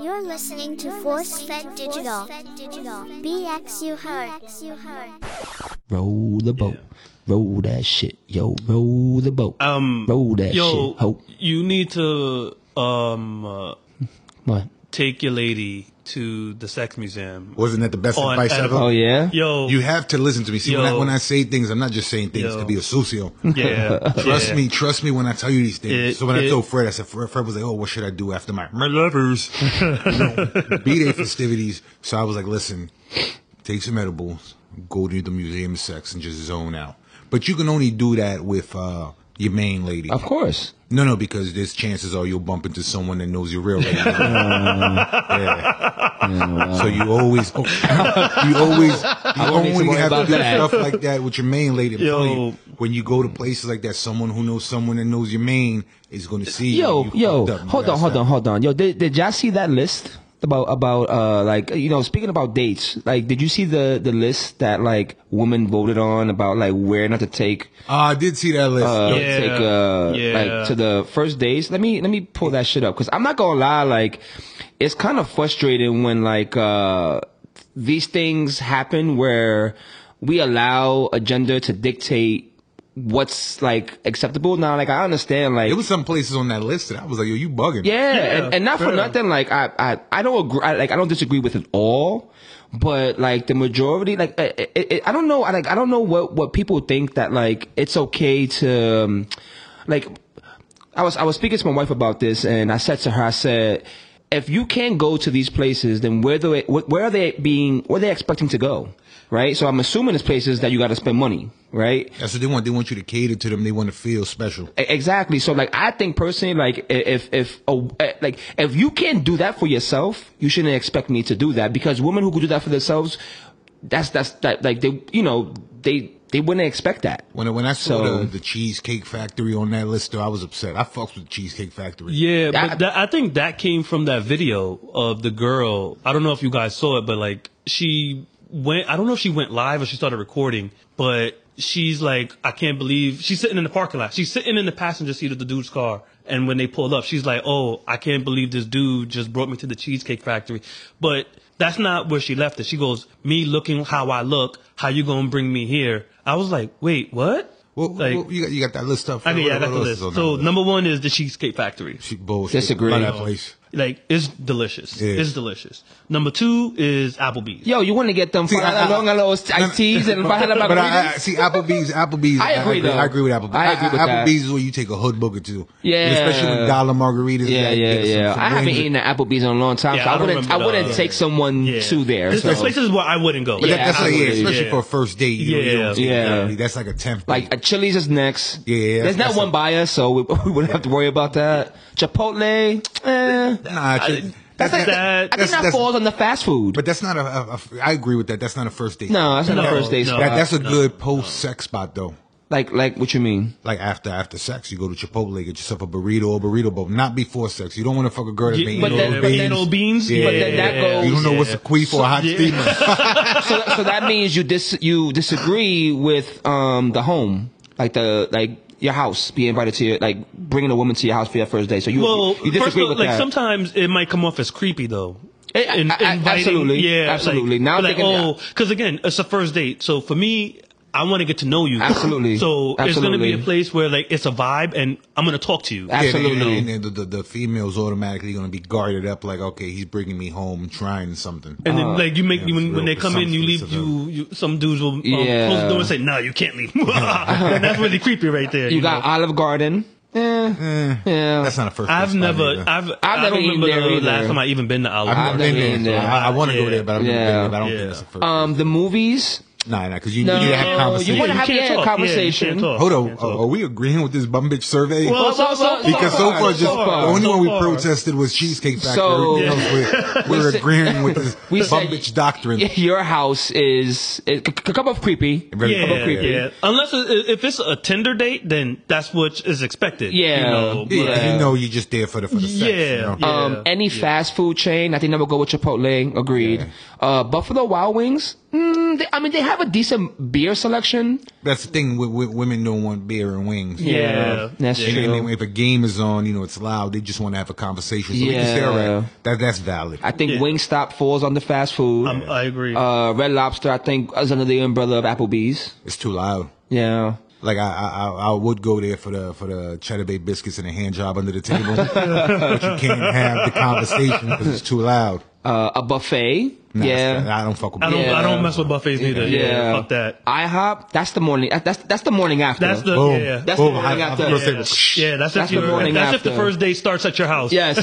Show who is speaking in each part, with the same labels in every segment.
Speaker 1: You're listening to Force Fed Digital. BXU Heard.
Speaker 2: Roll the boat. Roll that shit. Yo, roll the boat.
Speaker 3: Uh,
Speaker 4: Um,
Speaker 2: roll that
Speaker 4: yo,
Speaker 2: shit. Hope.
Speaker 4: you need to um uh,
Speaker 2: What?
Speaker 4: take your lady to the sex museum.
Speaker 3: Wasn't that the best
Speaker 4: On
Speaker 3: advice
Speaker 4: edible-
Speaker 2: Oh,
Speaker 3: ever?
Speaker 2: yeah?
Speaker 4: Yo,
Speaker 3: You have to listen to me. See, when I,
Speaker 4: Yo.
Speaker 3: when I say things, I'm not just saying things
Speaker 4: Yo.
Speaker 3: to be a socio.
Speaker 4: yeah,
Speaker 3: Trust
Speaker 4: yeah.
Speaker 3: me, trust me when I tell you these things.
Speaker 4: It-
Speaker 3: so when
Speaker 4: it-
Speaker 3: I told Fred, I said, Fred, Fred was like, oh, what should I do after my, my lovers? B-Day festivities. So I was like, listen, take some edibles, go to the Museum of Sex and just zone out. But you can only do that with uh, your main lady.
Speaker 2: Of course.
Speaker 3: No, no, because there's chances are you'll bump into someone that knows your real name. yeah. So you always, oh, you always, you
Speaker 2: won't need to
Speaker 3: only
Speaker 2: worry
Speaker 3: have to
Speaker 2: about
Speaker 3: do
Speaker 2: that.
Speaker 3: stuff like that with your main lady. I'm
Speaker 4: Yo.
Speaker 3: telling you, When you go to places like that, someone who knows someone that knows your main is going to see you.
Speaker 2: Yo,
Speaker 3: you.
Speaker 2: yo,
Speaker 3: fucked up. You
Speaker 2: hold
Speaker 3: gotta
Speaker 2: on, hold
Speaker 3: stop.
Speaker 2: on, hold on. Yo, did, did y'all see that list about about uh like you know speaking about dates? Like, did you see the the list that like women voted on about like where not to take
Speaker 3: Ah, I did see that list.
Speaker 2: uh,
Speaker 4: Yeah.
Speaker 2: take uh
Speaker 4: Yeah.
Speaker 2: like to the first days. Let me let me pull that shit up because I'm not gonna lie. Like, it's kind of frustrating when like uh these things happen where we allow a gender to dictate what's like acceptable. Now, like I understand like
Speaker 3: there was some places on that list that I was like, yo, you bugging.
Speaker 2: yeah, and, and not for
Speaker 4: fair.
Speaker 2: nothing. Like I, I, I don't agree. I, like I don't disagree with it all, but like the majority, like I, I, I- I don't know. I like I don't know what what people think that like it's okay to, um, like, I was I was speaking to my wife about this, and I said to her, I said. If you can't go to these places, then where do it, wh- where are they being? Where are they expecting to go, right? So I'm assuming it's places that you got to spend money, right?
Speaker 3: That's what they want. They want you to cater to them. They want to feel special.
Speaker 2: E- Exactly. So like, I think personally, like, i- if if a, eh, like if you can't do that for yourself, you shouldn't expect me to do that because women who could do that for themselves, that's that's that like they you know they they wouldn't expect that.
Speaker 3: When, I- when I saw
Speaker 2: So-
Speaker 3: the, the Cheesecake Factory on that list, though, I was upset. I fucked with the Cheesecake Factory.
Speaker 4: Yeah,
Speaker 2: I-
Speaker 4: but that, I think that came from that video of the girl. I don't know if you guys saw it, but like she went. I don't know if she went live or she started recording, but she's like, I can't believe she's sitting in the parking lot. She's sitting in the passenger seat of the dude's car. And when they pulled up, she's like, "Oh, I can't believe this dude just brought me to the cheesecake factory." But that's not where she left it. She goes, "Me looking how I look. How you gonna bring me here?" I was like, "Wait, what?"
Speaker 3: Well,
Speaker 4: like,
Speaker 3: well, you, got, you got that list up.
Speaker 4: I mean,
Speaker 3: What-
Speaker 4: yeah, I got
Speaker 3: what
Speaker 4: the
Speaker 3: else
Speaker 4: list.
Speaker 3: is on that
Speaker 4: So
Speaker 3: list?
Speaker 4: number one is the Cheesecake Factory.
Speaker 3: She bullshit.
Speaker 2: Disagree.
Speaker 3: About that place.
Speaker 4: Like it's delicious.
Speaker 3: Yeah.
Speaker 4: It's delicious. Number two is Applebee's.
Speaker 2: Yo, you want to get them
Speaker 3: See, I- I-
Speaker 2: long those iced teas and banana
Speaker 3: But I, I
Speaker 2: margaritas?
Speaker 3: see Applebee's. Applebee's.
Speaker 2: I agree, though.
Speaker 3: I agree with Applebee's.
Speaker 2: I agree with that.
Speaker 3: Applebee's is where you take a hood booger to.
Speaker 2: Yeah.
Speaker 3: especially with dollar margaritas.
Speaker 2: Yeah,
Speaker 3: You
Speaker 2: yeah,
Speaker 3: gotta get some-
Speaker 2: yeah.
Speaker 3: some
Speaker 2: I haven't
Speaker 3: wings.
Speaker 2: eaten at Applebee's in a long time,
Speaker 4: Yeah,
Speaker 2: so
Speaker 4: I
Speaker 2: I,
Speaker 4: don't
Speaker 2: wouldn't. I
Speaker 4: remember
Speaker 2: wouldn't
Speaker 4: the-
Speaker 2: take someone
Speaker 4: Yeah.
Speaker 2: to there.
Speaker 4: This- There's
Speaker 2: so.
Speaker 4: places where I wouldn't go.
Speaker 3: But that-
Speaker 2: Yeah,
Speaker 3: that's like yeah,
Speaker 2: absolutely.
Speaker 3: especially
Speaker 4: Yeah.
Speaker 3: for a first date. You, you don't take
Speaker 2: Yeah.
Speaker 3: that. That's like a tenth.
Speaker 2: Like a Chili's is next.
Speaker 3: Yeah,
Speaker 2: there's not
Speaker 3: that's
Speaker 2: one
Speaker 3: a-
Speaker 2: by us, so we, we wouldn't have to worry about that. Chipotle, eh.
Speaker 3: nah,
Speaker 4: I-
Speaker 3: that's,
Speaker 2: That's,
Speaker 4: That's-
Speaker 2: like,
Speaker 4: that-
Speaker 2: I think
Speaker 3: that's-
Speaker 2: that
Speaker 3: that's-
Speaker 2: falls on the fast food.
Speaker 3: but that's not a, a- a- I agree with that. That's not a first date.
Speaker 2: no, that's not
Speaker 4: No,
Speaker 2: the first day
Speaker 4: no.
Speaker 2: spot.
Speaker 3: that, that's a good post sex spot though.
Speaker 2: like, like what you mean?
Speaker 3: Like after after sex, you go to Chipotle, get yourself a burrito or burrito bowl. Not before sex. You don't want to fuck a girl that's
Speaker 4: Yeah,
Speaker 3: been
Speaker 2: but
Speaker 3: eating
Speaker 2: then-
Speaker 3: those
Speaker 2: but
Speaker 3: beans.
Speaker 2: then-
Speaker 4: those beans,
Speaker 3: Yeah.
Speaker 4: yeah,
Speaker 2: But then that
Speaker 4: yeah,
Speaker 2: goes-
Speaker 3: You don't know
Speaker 4: yeah.
Speaker 3: what's a queef or a hot
Speaker 4: Yeah.
Speaker 3: steamer.
Speaker 2: So, that- so that means you dis, you disagree with um the home, like the like your house being invited to your like bringing a woman to your house for your first day. So you
Speaker 4: Well,
Speaker 2: you disagree
Speaker 4: first of all,
Speaker 2: with
Speaker 4: like
Speaker 2: that.
Speaker 4: sometimes it might come off as creepy though.
Speaker 2: Eh, I- I- absolutely.
Speaker 4: yeah,
Speaker 2: Absolutely.
Speaker 4: Like,
Speaker 2: Now I'm
Speaker 4: like
Speaker 2: thinking-
Speaker 4: oh, because again, it's a first date. So for me, I want to get to know you.
Speaker 2: Absolutely.
Speaker 4: So it's gonna
Speaker 2: Absolutely.
Speaker 4: be a place where like it's a vibe, and I'm gonna talk to
Speaker 2: Ab-
Speaker 4: you.
Speaker 3: Yeah, and-
Speaker 2: Absolutely.
Speaker 3: And, and, the, the, the female's automatically going to be guarded up like, okay, he's bringing me home trying something.
Speaker 2: Eh.
Speaker 4: And then, like you make
Speaker 3: yeah,
Speaker 4: you when,
Speaker 3: it's
Speaker 4: when they
Speaker 3: real
Speaker 4: come in, you leave
Speaker 3: presumptuous
Speaker 4: you, you. Some dudes will um,
Speaker 2: Yeah.
Speaker 4: close the door and say, "No, you can't leave." That's really creepy, right there.
Speaker 2: you got
Speaker 4: know?
Speaker 2: Olive Garden. Eh, yeah.
Speaker 3: That's not a first
Speaker 4: I've
Speaker 3: date spot
Speaker 4: never,
Speaker 3: either.
Speaker 4: I've, I've
Speaker 2: I've
Speaker 4: I
Speaker 2: never
Speaker 4: don't
Speaker 2: eaten
Speaker 4: remember
Speaker 2: there
Speaker 4: the
Speaker 2: either.
Speaker 4: last time I even been to Olive.
Speaker 3: I've never
Speaker 2: I've
Speaker 3: been
Speaker 2: never
Speaker 3: there.
Speaker 2: been
Speaker 3: so
Speaker 2: there.
Speaker 3: I, I want to
Speaker 4: Yeah.
Speaker 3: go there, but I've never
Speaker 2: Yeah.
Speaker 3: been there. But I don't
Speaker 4: Yeah.
Speaker 3: think it's a first
Speaker 2: um, the movies.
Speaker 3: date. Nah, nah, because you,
Speaker 2: No,
Speaker 3: you need to have
Speaker 2: you
Speaker 3: conversation.
Speaker 2: wanna
Speaker 4: You
Speaker 2: have-
Speaker 4: can't
Speaker 2: yeah,
Speaker 4: talk.
Speaker 2: conversation.
Speaker 4: Yeah, you can't talk.
Speaker 3: Hold
Speaker 4: You
Speaker 3: on.
Speaker 4: can't
Speaker 3: Are,
Speaker 4: talk.
Speaker 3: are we agreeing with this bum bitch survey?
Speaker 4: Well,
Speaker 2: so- so- so
Speaker 3: because so
Speaker 2: far,
Speaker 3: far, just
Speaker 2: so far.
Speaker 3: the only one we
Speaker 4: So far.
Speaker 3: protested was Cheesecake Factory.
Speaker 2: So-
Speaker 3: Everything else, we're, we're
Speaker 2: said-
Speaker 3: agreeing with this
Speaker 2: We
Speaker 3: bum
Speaker 2: said-
Speaker 3: bitch doctrine.
Speaker 2: Your house is a cup of creepy.
Speaker 3: Very
Speaker 4: Yeah, yeah,
Speaker 2: creepy.
Speaker 4: Unless it- if it's a Tinder date, then that's what is expected.
Speaker 2: Yeah.
Speaker 4: You know,
Speaker 3: Yeah, 'cause
Speaker 2: Yeah.
Speaker 3: you know, you just there for the for the sex.
Speaker 4: Yeah.
Speaker 3: you know?
Speaker 4: Yeah.
Speaker 2: Um, any fast food chain, I think that would go with Chipotle. Agreed. Uh, Buffalo Wild Wings. Mm, mean, they, I mean, they have a decent beer selection.
Speaker 3: That's the thing with, with women don't want beer and wings.
Speaker 4: Yeah.
Speaker 2: that's
Speaker 4: Yeah.
Speaker 2: true.
Speaker 3: And if a game is on, you know, it's loud. They just want to have a conversation. So yeah. they can say, all
Speaker 2: Yeah.
Speaker 3: right, that, that's valid.
Speaker 2: I think
Speaker 4: Yeah.
Speaker 2: Wingstop falls under fast food.
Speaker 4: I'm, um, I agree.
Speaker 2: uh, Red Lobster, I think, is under the umbrella of Applebee's.
Speaker 3: it's too loud.
Speaker 2: Yeah.
Speaker 3: Like I, I, I- I would go there for the for the cheddar bay biscuits and a hand job under the table, but you can't have the conversation because it's too loud.
Speaker 2: Uh, a buffet.
Speaker 3: Nah, it's-
Speaker 2: yeah.
Speaker 3: I don't fuck with.
Speaker 4: I don't.
Speaker 2: Yeah.
Speaker 4: I don't mess with buffets neither. Yeah,
Speaker 2: Yeah.
Speaker 4: fuck that.
Speaker 2: IHOP. That's the morning. uh, That's that's the morning after.
Speaker 4: That's the
Speaker 3: Boom.
Speaker 4: yeah.
Speaker 2: That's
Speaker 3: Boom.
Speaker 2: the
Speaker 3: I,
Speaker 2: morning
Speaker 3: I'm
Speaker 2: after.
Speaker 3: gonna
Speaker 4: yeah.
Speaker 3: say,
Speaker 4: Yeah, that's
Speaker 2: That's
Speaker 4: if
Speaker 2: the
Speaker 4: you.
Speaker 2: morning
Speaker 4: That's if the
Speaker 2: after.
Speaker 4: first day starts at your house.
Speaker 2: yes.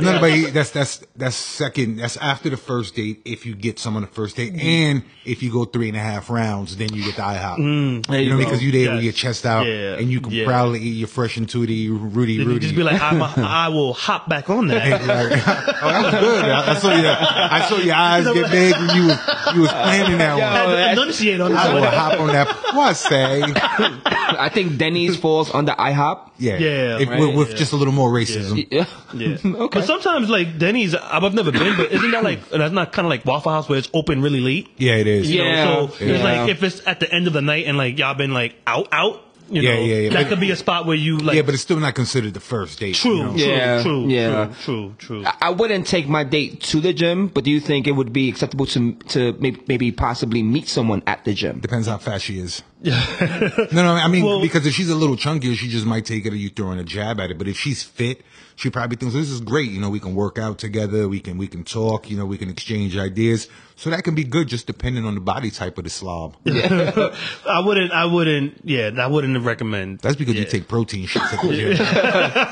Speaker 3: No, no, but he- that's that's that's second. That's after the first date. If you get some on the first
Speaker 4: Mm.
Speaker 3: date, and if you go three and a half rounds, then you get the IHOP.
Speaker 4: Mm,
Speaker 2: There
Speaker 3: You know,
Speaker 2: go.
Speaker 3: because you there
Speaker 4: Yes.
Speaker 3: with your chest out,
Speaker 4: Yeah.
Speaker 3: and you can
Speaker 4: Yeah.
Speaker 3: proudly eat your fresh and tooty Rudy
Speaker 4: Then you
Speaker 3: Rudy.
Speaker 4: just be like, I'm a, I will hop back on that.
Speaker 3: Like, oh, that was good. I, I saw your, I saw your eyes get big when you was, you was planning that
Speaker 4: I had
Speaker 3: one.
Speaker 4: to
Speaker 2: Oh, that's-
Speaker 4: enunciate on
Speaker 3: I
Speaker 4: that
Speaker 3: would
Speaker 4: one.
Speaker 3: hop on that. What I say?
Speaker 2: I think Denny's falls under IHOP.
Speaker 3: Yeah,
Speaker 4: Yeah,
Speaker 3: If-
Speaker 4: right,
Speaker 3: with, with
Speaker 4: yeah.
Speaker 3: just a little more racism.
Speaker 2: Yeah.
Speaker 4: Yeah.
Speaker 2: Okay.
Speaker 4: But sometimes like Denny's, I've I've never been, but isn't that like that's not kind of like Waffle House where it's open really late?
Speaker 3: Yeah, it is.
Speaker 4: You know,
Speaker 2: Yeah.
Speaker 4: so it's
Speaker 2: Yeah.
Speaker 4: like if it's at the end of the night and like y'all been like out out, you
Speaker 3: Yeah,
Speaker 4: know,
Speaker 3: yeah, yeah.
Speaker 4: that
Speaker 3: But-
Speaker 4: could be a spot where you like.
Speaker 3: yeah, but it's still not considered the first date.
Speaker 4: true,
Speaker 3: you know?
Speaker 4: true,
Speaker 2: Yeah,
Speaker 4: true,
Speaker 2: yeah.
Speaker 4: true, true, true.
Speaker 2: I- I wouldn't take my date to the gym, but do you think it would be acceptable to to maybe, maybe possibly meet someone at the gym?
Speaker 3: Depends how fast she is. no, no, I mean,
Speaker 4: Well-
Speaker 3: because if she's a little chunkier, she just might take it or you throwing a jab at it. But if she's fit, she probably thinks this is great. You know, we can work out together. We can, we can talk. You know, we can exchange ideas. So that can be good just depending on the body type of the slob.
Speaker 4: I wouldn't, I wouldn't, yeah, I wouldn't recommend.
Speaker 3: That's because you
Speaker 4: Yeah.
Speaker 3: take protein shots at the gym.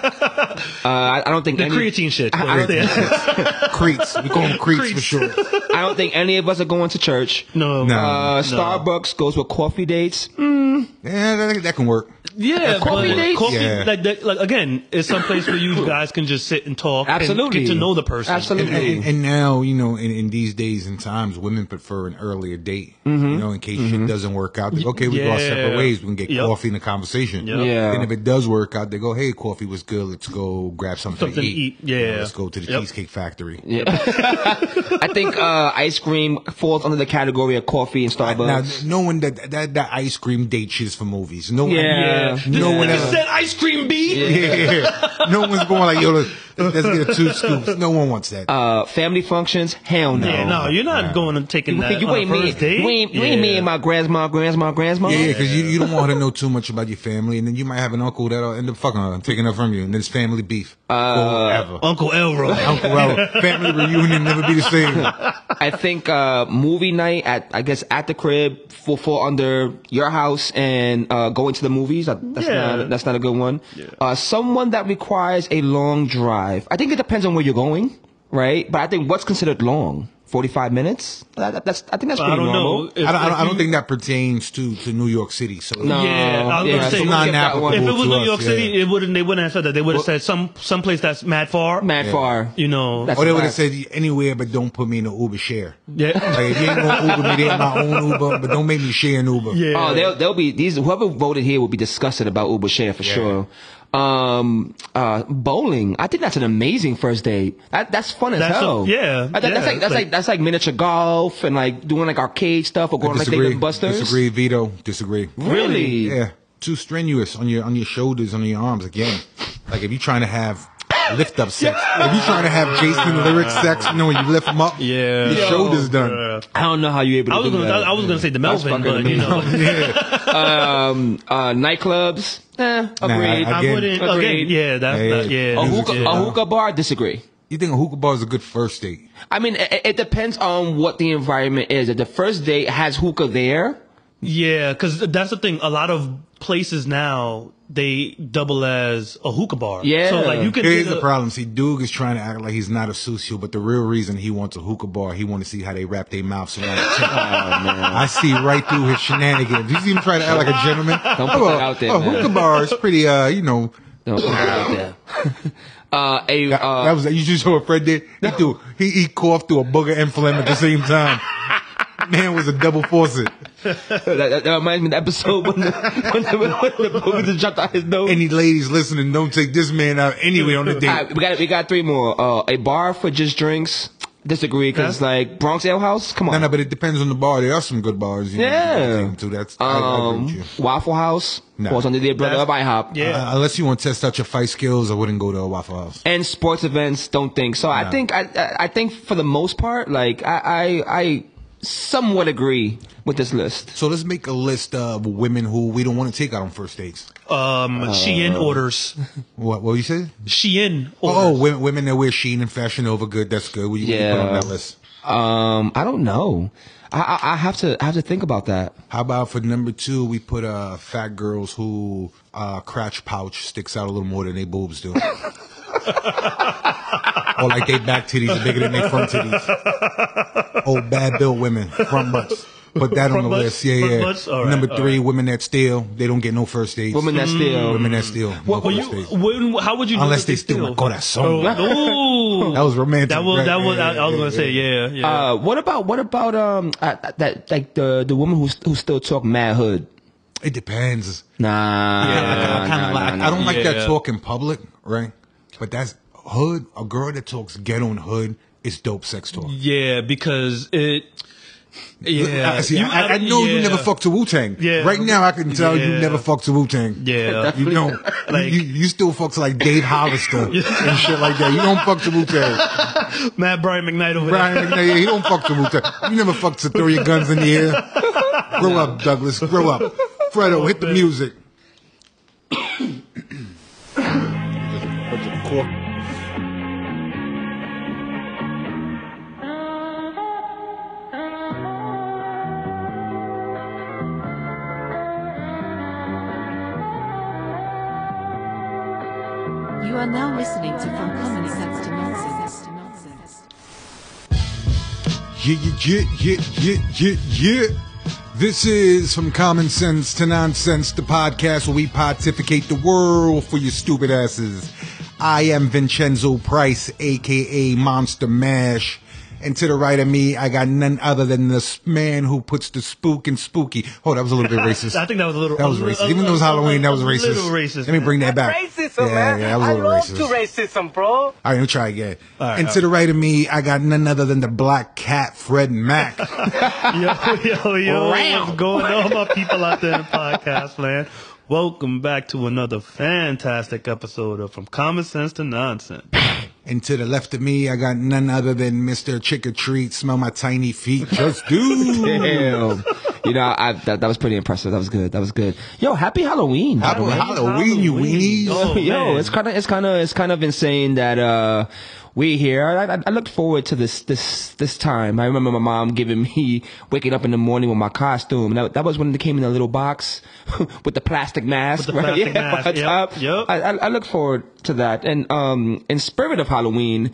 Speaker 2: Uh, I, I don't think
Speaker 4: the
Speaker 2: any,
Speaker 4: creatine shit.
Speaker 2: I don't
Speaker 4: Yeah.
Speaker 3: Creeps. We call them creeps for
Speaker 4: Creeps.
Speaker 3: sure.
Speaker 2: I don't think any of us are going to church.
Speaker 4: no,
Speaker 3: No.
Speaker 2: Uh, Starbucks goes with coffee dates.
Speaker 3: Yeah, that, that can work.
Speaker 4: Yeah,
Speaker 2: coffee
Speaker 4: but
Speaker 2: dates?
Speaker 4: coffee,
Speaker 3: Yeah.
Speaker 4: like, that- like again, it's someplace where you guys can just sit and talk, and
Speaker 2: Absolutely.
Speaker 4: get to know the person.
Speaker 2: Absolutely.
Speaker 3: And, and, and now, you know, in, in these days and times, women prefer an earlier date. You know, in case shit doesn't work out, they go, okay, we go our separate
Speaker 4: Mm-hmm. Yeah.
Speaker 3: ways. We can get
Speaker 4: Yep.
Speaker 3: coffee in the conversation.
Speaker 4: Yep.
Speaker 2: Yeah.
Speaker 3: And if it does work out, they go, hey, coffee was good. Let's go grab something,
Speaker 4: Something to eat. Yeah.
Speaker 3: You know, let's go to the
Speaker 4: Yep.
Speaker 3: Cheesecake Factory.
Speaker 2: I think uh, ice cream falls under the category of coffee and
Speaker 3: Now,
Speaker 2: Starbucks.
Speaker 3: knowing that, that that ice cream date shit is for movies. No one,
Speaker 2: Yeah.
Speaker 4: This
Speaker 3: no one
Speaker 4: nigga
Speaker 3: ever.
Speaker 4: said ice cream bee.
Speaker 3: Yeah. no one's going like, yo, let's, let's get a two scoops. No one wants that.
Speaker 2: Uh, family functions, hell no.
Speaker 4: Yeah, no, you're not
Speaker 3: Nah.
Speaker 4: going and taking that
Speaker 2: Oh, You
Speaker 4: on
Speaker 2: ain't
Speaker 4: a
Speaker 2: me.
Speaker 4: first date.
Speaker 2: You ain't, you ain't me and my grandma, grandma, grandma.
Speaker 3: Yeah, yeah, because you, you don't want her to know too much about your family, and then you might have an uncle that'll end up fucking her, taking her from you, and then it's family beef.
Speaker 2: Uh,
Speaker 3: Forever.
Speaker 2: oh.
Speaker 4: Uncle Elroy.
Speaker 3: Uncle Raul. Family reunion never be the same.
Speaker 2: I think uh, movie night at I guess at the crib for fall under your house and uh, going to the movies. That- That's
Speaker 4: Yeah.
Speaker 2: not that's not a good one. Uh, someone that requires a long drive. I think it depends on where you're going, right? But I think what's considered long. Forty-five minutes. That- that- that's. I think that's
Speaker 4: I
Speaker 2: pretty
Speaker 4: don't
Speaker 2: normal.
Speaker 4: know. If,
Speaker 3: I don't, I don't, I
Speaker 4: if
Speaker 3: don't think that pertains to, to New York City. So
Speaker 2: No,
Speaker 4: Yeah, I was gonna say,
Speaker 2: so we
Speaker 3: not
Speaker 2: skip that
Speaker 3: applicable.
Speaker 2: one.
Speaker 4: you- if it
Speaker 3: to
Speaker 4: was New
Speaker 3: us,
Speaker 4: York City,
Speaker 3: yeah.
Speaker 4: it wouldn't. They wouldn't have said that. They would have said some someplace that's mad far.
Speaker 2: Mad far.
Speaker 4: You know.
Speaker 2: That's
Speaker 3: or they
Speaker 2: a
Speaker 3: would have
Speaker 2: fact.
Speaker 3: said anywhere, but don't put me in an Uber share.
Speaker 4: yeah.
Speaker 3: Like if you ain't gonna Uber me, they ain't my own Uber, but don't make me share an Uber.
Speaker 4: Yeah.
Speaker 2: Oh, they'll they'll be these whoever voted here will be disgusted about Uber share for
Speaker 3: Yeah.
Speaker 2: sure. Um, uh, bowling. I think that's an amazing first date. That, that's fun as
Speaker 4: That's a-
Speaker 2: hell.
Speaker 4: yeah,
Speaker 2: I- that-
Speaker 4: yeah,
Speaker 2: that's like that's like,
Speaker 4: like-
Speaker 2: that's like miniature golf and like doing like arcade stuff or going like Dave
Speaker 3: Disagree.
Speaker 2: and Buster's.
Speaker 3: Disagree, Vito. Disagree.
Speaker 2: Really?
Speaker 3: Yeah, too strenuous on your on your shoulders, on your arms. Again, like if you're trying to have lift up sex, if you're trying to have Jason lyric sex, you know when you lift them up,
Speaker 4: Yeah.
Speaker 3: your
Speaker 4: Yo.
Speaker 3: shoulders done.
Speaker 2: I don't know how you're able to
Speaker 4: I was
Speaker 2: do
Speaker 4: gonna.
Speaker 2: that.
Speaker 4: I, I was gonna say the
Speaker 2: That's
Speaker 4: Melvin,
Speaker 2: fucking
Speaker 4: but you know.
Speaker 2: um, uh, nightclubs. Eh, agreed.
Speaker 3: I-
Speaker 4: I
Speaker 3: Again.
Speaker 4: wouldn't.
Speaker 2: Agreed.
Speaker 4: Again, yeah, that's
Speaker 3: Yeah,
Speaker 4: not.
Speaker 3: yeah.
Speaker 4: Yeah,
Speaker 2: a, hookah,
Speaker 4: yeah.
Speaker 2: a hookah bar. Disagree.
Speaker 3: You think a hookah bar is a good first date?
Speaker 2: I mean, it, it depends on what the environment is. If the first date has hookah there,
Speaker 4: Yeah, because that's the thing. A lot of places now they double as a hookah bar.
Speaker 2: Yeah.
Speaker 4: so like you can.
Speaker 3: Here's
Speaker 4: get a-
Speaker 3: the problem. See, Doug is trying to act like he's not a sucio, but the real reason he wants a hookah bar, he want to see how they wrap their mouths around. it.
Speaker 2: Oh,
Speaker 3: I see right through his shenanigans. He's even trying to act like a gentleman.
Speaker 2: Don't put
Speaker 3: oh,
Speaker 2: that out there,
Speaker 3: oh,
Speaker 2: man.
Speaker 3: hookah bar is pretty, uh, you know,
Speaker 2: no, put that out there. Uh, a
Speaker 3: That,
Speaker 2: uh,
Speaker 3: that was you just saw what Fred did. He, threw, he he coughed through a booger and phlegm at the same time. Man was a double faucet,
Speaker 2: That, that, that reminds me of the episode when the, when the, when the booger just dropped out his nose.
Speaker 3: Any ladies listening, don't take this man out anyway on the
Speaker 2: All right,
Speaker 3: date.
Speaker 2: we got we got three more. Uh, a bar for just drinks. disagree because
Speaker 4: Yeah.
Speaker 2: like Bronx Ale House, come
Speaker 3: No,
Speaker 2: on.
Speaker 3: no, but it depends on the bar. There are some good bars. You
Speaker 2: Yeah.
Speaker 3: Know, too. That's I, I agree
Speaker 2: um,
Speaker 3: with you.
Speaker 2: Waffle House
Speaker 3: Nah.
Speaker 2: falls under the umbrella of IHOP.
Speaker 4: Yeah.
Speaker 3: Uh, unless you want to test out your fight skills, I wouldn't go to a Waffle House.
Speaker 2: and sports events don't think so. I
Speaker 3: No.
Speaker 2: think I- I I think for the most part, like I I, I somewhat agree with this list.
Speaker 3: So let's make a list of women who we don't want to take out on first dates.
Speaker 4: Um,
Speaker 3: Uh,
Speaker 4: Shein orders.
Speaker 3: What? What you said?
Speaker 4: Shein
Speaker 3: Oh,
Speaker 4: orders.
Speaker 3: women, women that wear Sheen and Fashion Nova, good. That's good. What you what you put on
Speaker 2: Yeah.
Speaker 3: that list?
Speaker 2: Um, I don't know. I I, I have to I have to think about that.
Speaker 3: How about for number two, we put uh, fat girls who uh, crotch pouch sticks out a little more than they boobs do, or like they back titties are bigger than they front titties. Oh, bad built women, front butts. Put that on
Speaker 4: Front
Speaker 3: the
Speaker 4: butts?
Speaker 3: list. Yeah,
Speaker 4: Front
Speaker 3: yeah.
Speaker 4: butts? All right,
Speaker 3: number
Speaker 4: all
Speaker 3: three, women that steal, they don't get no first dates. Mm.
Speaker 2: Women that still
Speaker 3: women that steal, no
Speaker 4: Well,
Speaker 3: first
Speaker 4: you,
Speaker 3: dates.
Speaker 4: when, how would you do
Speaker 3: Unless
Speaker 4: if
Speaker 3: they steal my corazón.
Speaker 4: Oh, no.
Speaker 3: That was romantic.
Speaker 4: That was
Speaker 3: Right,
Speaker 4: that was. I,
Speaker 3: yeah,
Speaker 4: I was
Speaker 3: yeah,
Speaker 4: gonna say yeah, yeah.
Speaker 2: Uh, what about what about um uh, that like the the woman who who still talk mad hood?
Speaker 3: It depends.
Speaker 2: Nah,
Speaker 3: I kind
Speaker 2: nah,
Speaker 3: of
Speaker 2: nah,
Speaker 3: like.
Speaker 2: nah.
Speaker 3: I don't like
Speaker 4: Yeah.
Speaker 3: that talk in public, right? But that's hood. A girl that talks ghetto and hood is dope sex talk.
Speaker 4: yeah, because it. Yeah,
Speaker 3: I, uh, see,
Speaker 4: You-
Speaker 3: I, I know you
Speaker 4: yeah.
Speaker 3: never fucked to Wu Tang.
Speaker 4: Yeah.
Speaker 3: Right now, I can tell
Speaker 4: Yeah.
Speaker 3: you never fucked to Wu Tang.
Speaker 4: Yeah,
Speaker 3: You don't.
Speaker 4: Like-
Speaker 3: you, you still fucks like Dave Hollister and shit like that. You don't fuck to Wu Tang.
Speaker 4: Matt Brian McKnight over there.
Speaker 3: Brian McNair, he don't fuck to Wu Tang. You never fucked to throw your guns in the air. Grow up, Douglas. Grow up. Fredo, hit the music.
Speaker 5: You are now listening to From Common Sense to Nonsense.
Speaker 3: Yeah, yeah, yeah, yeah, yeah, yeah, yeah. This is From Common Sense to Nonsense, the podcast where we pontificate the world for your stupid asses. I am Vincenzo Price, aka Monster Mash. And to the right of me, I got none other than this man who puts the spook in spooky. Oh, that was a little bit racist.
Speaker 4: I think that was a little.
Speaker 3: That was
Speaker 4: a little-
Speaker 3: racist. Even though it was
Speaker 4: a- a-
Speaker 3: Halloween, that was
Speaker 4: a
Speaker 3: racist.
Speaker 4: Little racist.
Speaker 3: Let me bring that back.
Speaker 6: Racism,
Speaker 3: yeah,
Speaker 6: man.
Speaker 3: Yeah, that was a
Speaker 6: I
Speaker 3: little
Speaker 6: love
Speaker 3: racist.
Speaker 6: to racism, bro.
Speaker 3: All right, let me try again.
Speaker 4: right,
Speaker 3: and
Speaker 4: all
Speaker 3: to the right of me, I got none other than the black cat, Fred Mac.
Speaker 4: yo, yo, yo.
Speaker 2: Round.
Speaker 4: What's going on, my people out there in podcast land? Welcome back to another fantastic episode of From Common Sense to Nonsense.
Speaker 3: and to the left of me, I got none other than Mr. Chick or Treat. Smell my tiny feet. Just do.
Speaker 2: Damn. You know, I, that, that was pretty impressive. That was good. That was good. Yo, happy Halloween. by the
Speaker 3: Happy
Speaker 2: way.
Speaker 3: Halloween, you
Speaker 4: Halloween.
Speaker 3: weenies.
Speaker 4: Oh,
Speaker 2: Yo,
Speaker 4: man.
Speaker 2: it's kind of it's kind of it's kind of insane that uh we here. I, I, I looked forward to this this this time. I remember my mom giving me waking up in the morning with my costume. That, that was when it came in a little box with the plastic mask.
Speaker 4: With the
Speaker 2: right?
Speaker 4: plastic mask,
Speaker 2: on
Speaker 4: yep,
Speaker 2: top.
Speaker 4: yep.
Speaker 2: I, I, I look forward to that. And um, in spirit of Halloween,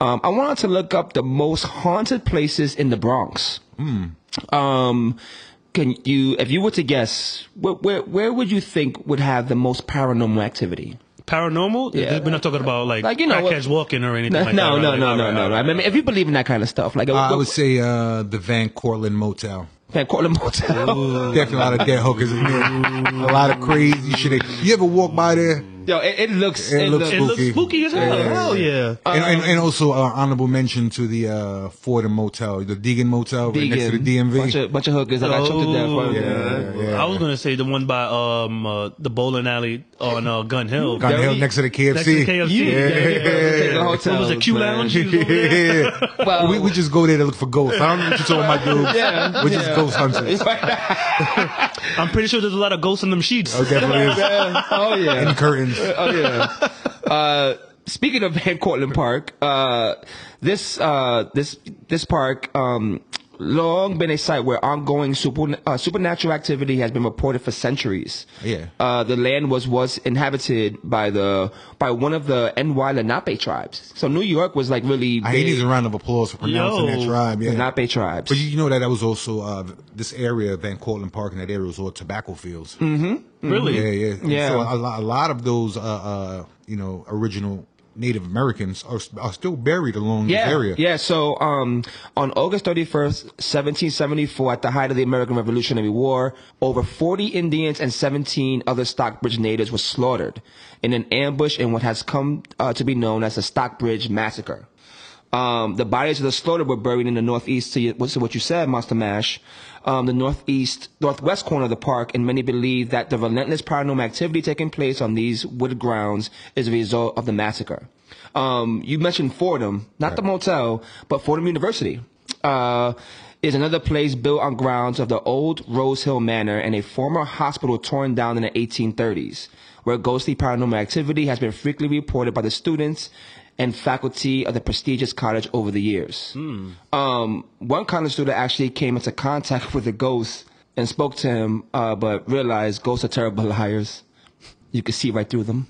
Speaker 2: um, I wanted to look up the most haunted places in the Bronx.
Speaker 4: Hmm.
Speaker 2: Um, can you, if you were to guess, where, where where would you think would have the most paranormal activity?
Speaker 4: Paranormal?
Speaker 2: Yeah.
Speaker 4: We're not talking about like,
Speaker 2: Like, you know what-
Speaker 4: crackheads walking or anything
Speaker 2: No,
Speaker 4: like
Speaker 2: no,
Speaker 4: that.
Speaker 2: no,
Speaker 4: right?
Speaker 2: no,
Speaker 4: All
Speaker 2: no,
Speaker 4: right,
Speaker 2: no,
Speaker 4: all
Speaker 2: no.
Speaker 4: right.
Speaker 2: I mean, if you believe in that kind of stuff, like
Speaker 3: I would say uh, the Van Cortlandt Motel.
Speaker 2: Van Cortlandt Motel.
Speaker 3: Definitely a lot of dead hookers in there. A lot of crazy shit. You ever walk by there?
Speaker 2: Yo, it, it looks,
Speaker 3: It
Speaker 2: it,
Speaker 3: looks
Speaker 2: looks.
Speaker 4: It looks spooky as hell. Hell yeah.
Speaker 3: And, and, and also uh, honorable mention to the uh, Ford Motel, the Deegan Motel right next to the
Speaker 2: vegan.
Speaker 3: DMV.
Speaker 2: Bunch of bunch of hookers. that got choked to death.
Speaker 4: Oh,
Speaker 2: right?
Speaker 3: yeah, yeah.
Speaker 4: I was gonna say the one by um uh, the bowling alley on uh, Gun Hill.
Speaker 3: Gun Hill
Speaker 2: Very-
Speaker 3: next to the KFC.
Speaker 4: Next to the KFC.
Speaker 2: You-
Speaker 4: Yeah, yeah, yeah.
Speaker 2: Yeah.
Speaker 3: Oh,
Speaker 4: What was it? Q
Speaker 2: Man.
Speaker 4: Lounge. You was over there?
Speaker 3: Yeah.
Speaker 2: Well-
Speaker 3: we, we just go there to look for ghosts. I don't know what you're talking about, dude.
Speaker 2: Yeah,
Speaker 3: We're just
Speaker 2: yeah.
Speaker 3: ghost hunters.
Speaker 4: I'm pretty sure there's a lot of ghosts in them sheets.
Speaker 3: Oh, definitely is.
Speaker 2: Yeah. Oh yeah.
Speaker 3: And curtains.
Speaker 2: Oh yeah. Uh, speaking of Van Cortlandt Park, uh, this uh, this this park um, long been a site where ongoing super, uh, supernatural activity has been reported for centuries.
Speaker 3: Yeah.
Speaker 2: Uh, the land was was inhabited by the by one of the NY Lenape tribes. So New York was like really
Speaker 3: I need
Speaker 2: big
Speaker 3: a round of applause for pronouncing
Speaker 4: Yo.
Speaker 3: that tribe. Yeah.
Speaker 2: Lenape tribes.
Speaker 3: But you, you know that that was also uh, this area, Van Cortlandt Park, and that area was all tobacco fields.
Speaker 4: Really?
Speaker 3: Yeah, yeah, And
Speaker 2: Yeah.
Speaker 3: So a, lot, a lot of those, uh, uh, you know, original Native Americans are, are still buried along
Speaker 2: yeah,
Speaker 3: this area.
Speaker 2: Yeah, so um, on August 31st, 1774, at the height of the American Revolutionary War, over 40 Indians and 17 other Stockbridge natives were slaughtered in an ambush in what has come uh, to be known as the Stockbridge Massacre. Um, the bodies of the slaughtered were buried in the northeast, to, y- to what you said, Master Mash, um, the northeast, northwest corner of the park, and many believe that the relentless paranormal activity taking place on these wooded grounds is a result of the massacre. Um, you mentioned Fordham, not the motel, but Fordham University. Uh, is another place built on grounds of the old Rose Hill Manor and a former hospital torn down in the 1830s, where ghostly paranormal activity has been frequently reported by the students and faculty of the prestigious college over the years. Um, one college student actually came into contact with a ghost and spoke to him, uh, but realized ghosts are terrible liars. You can see right through them.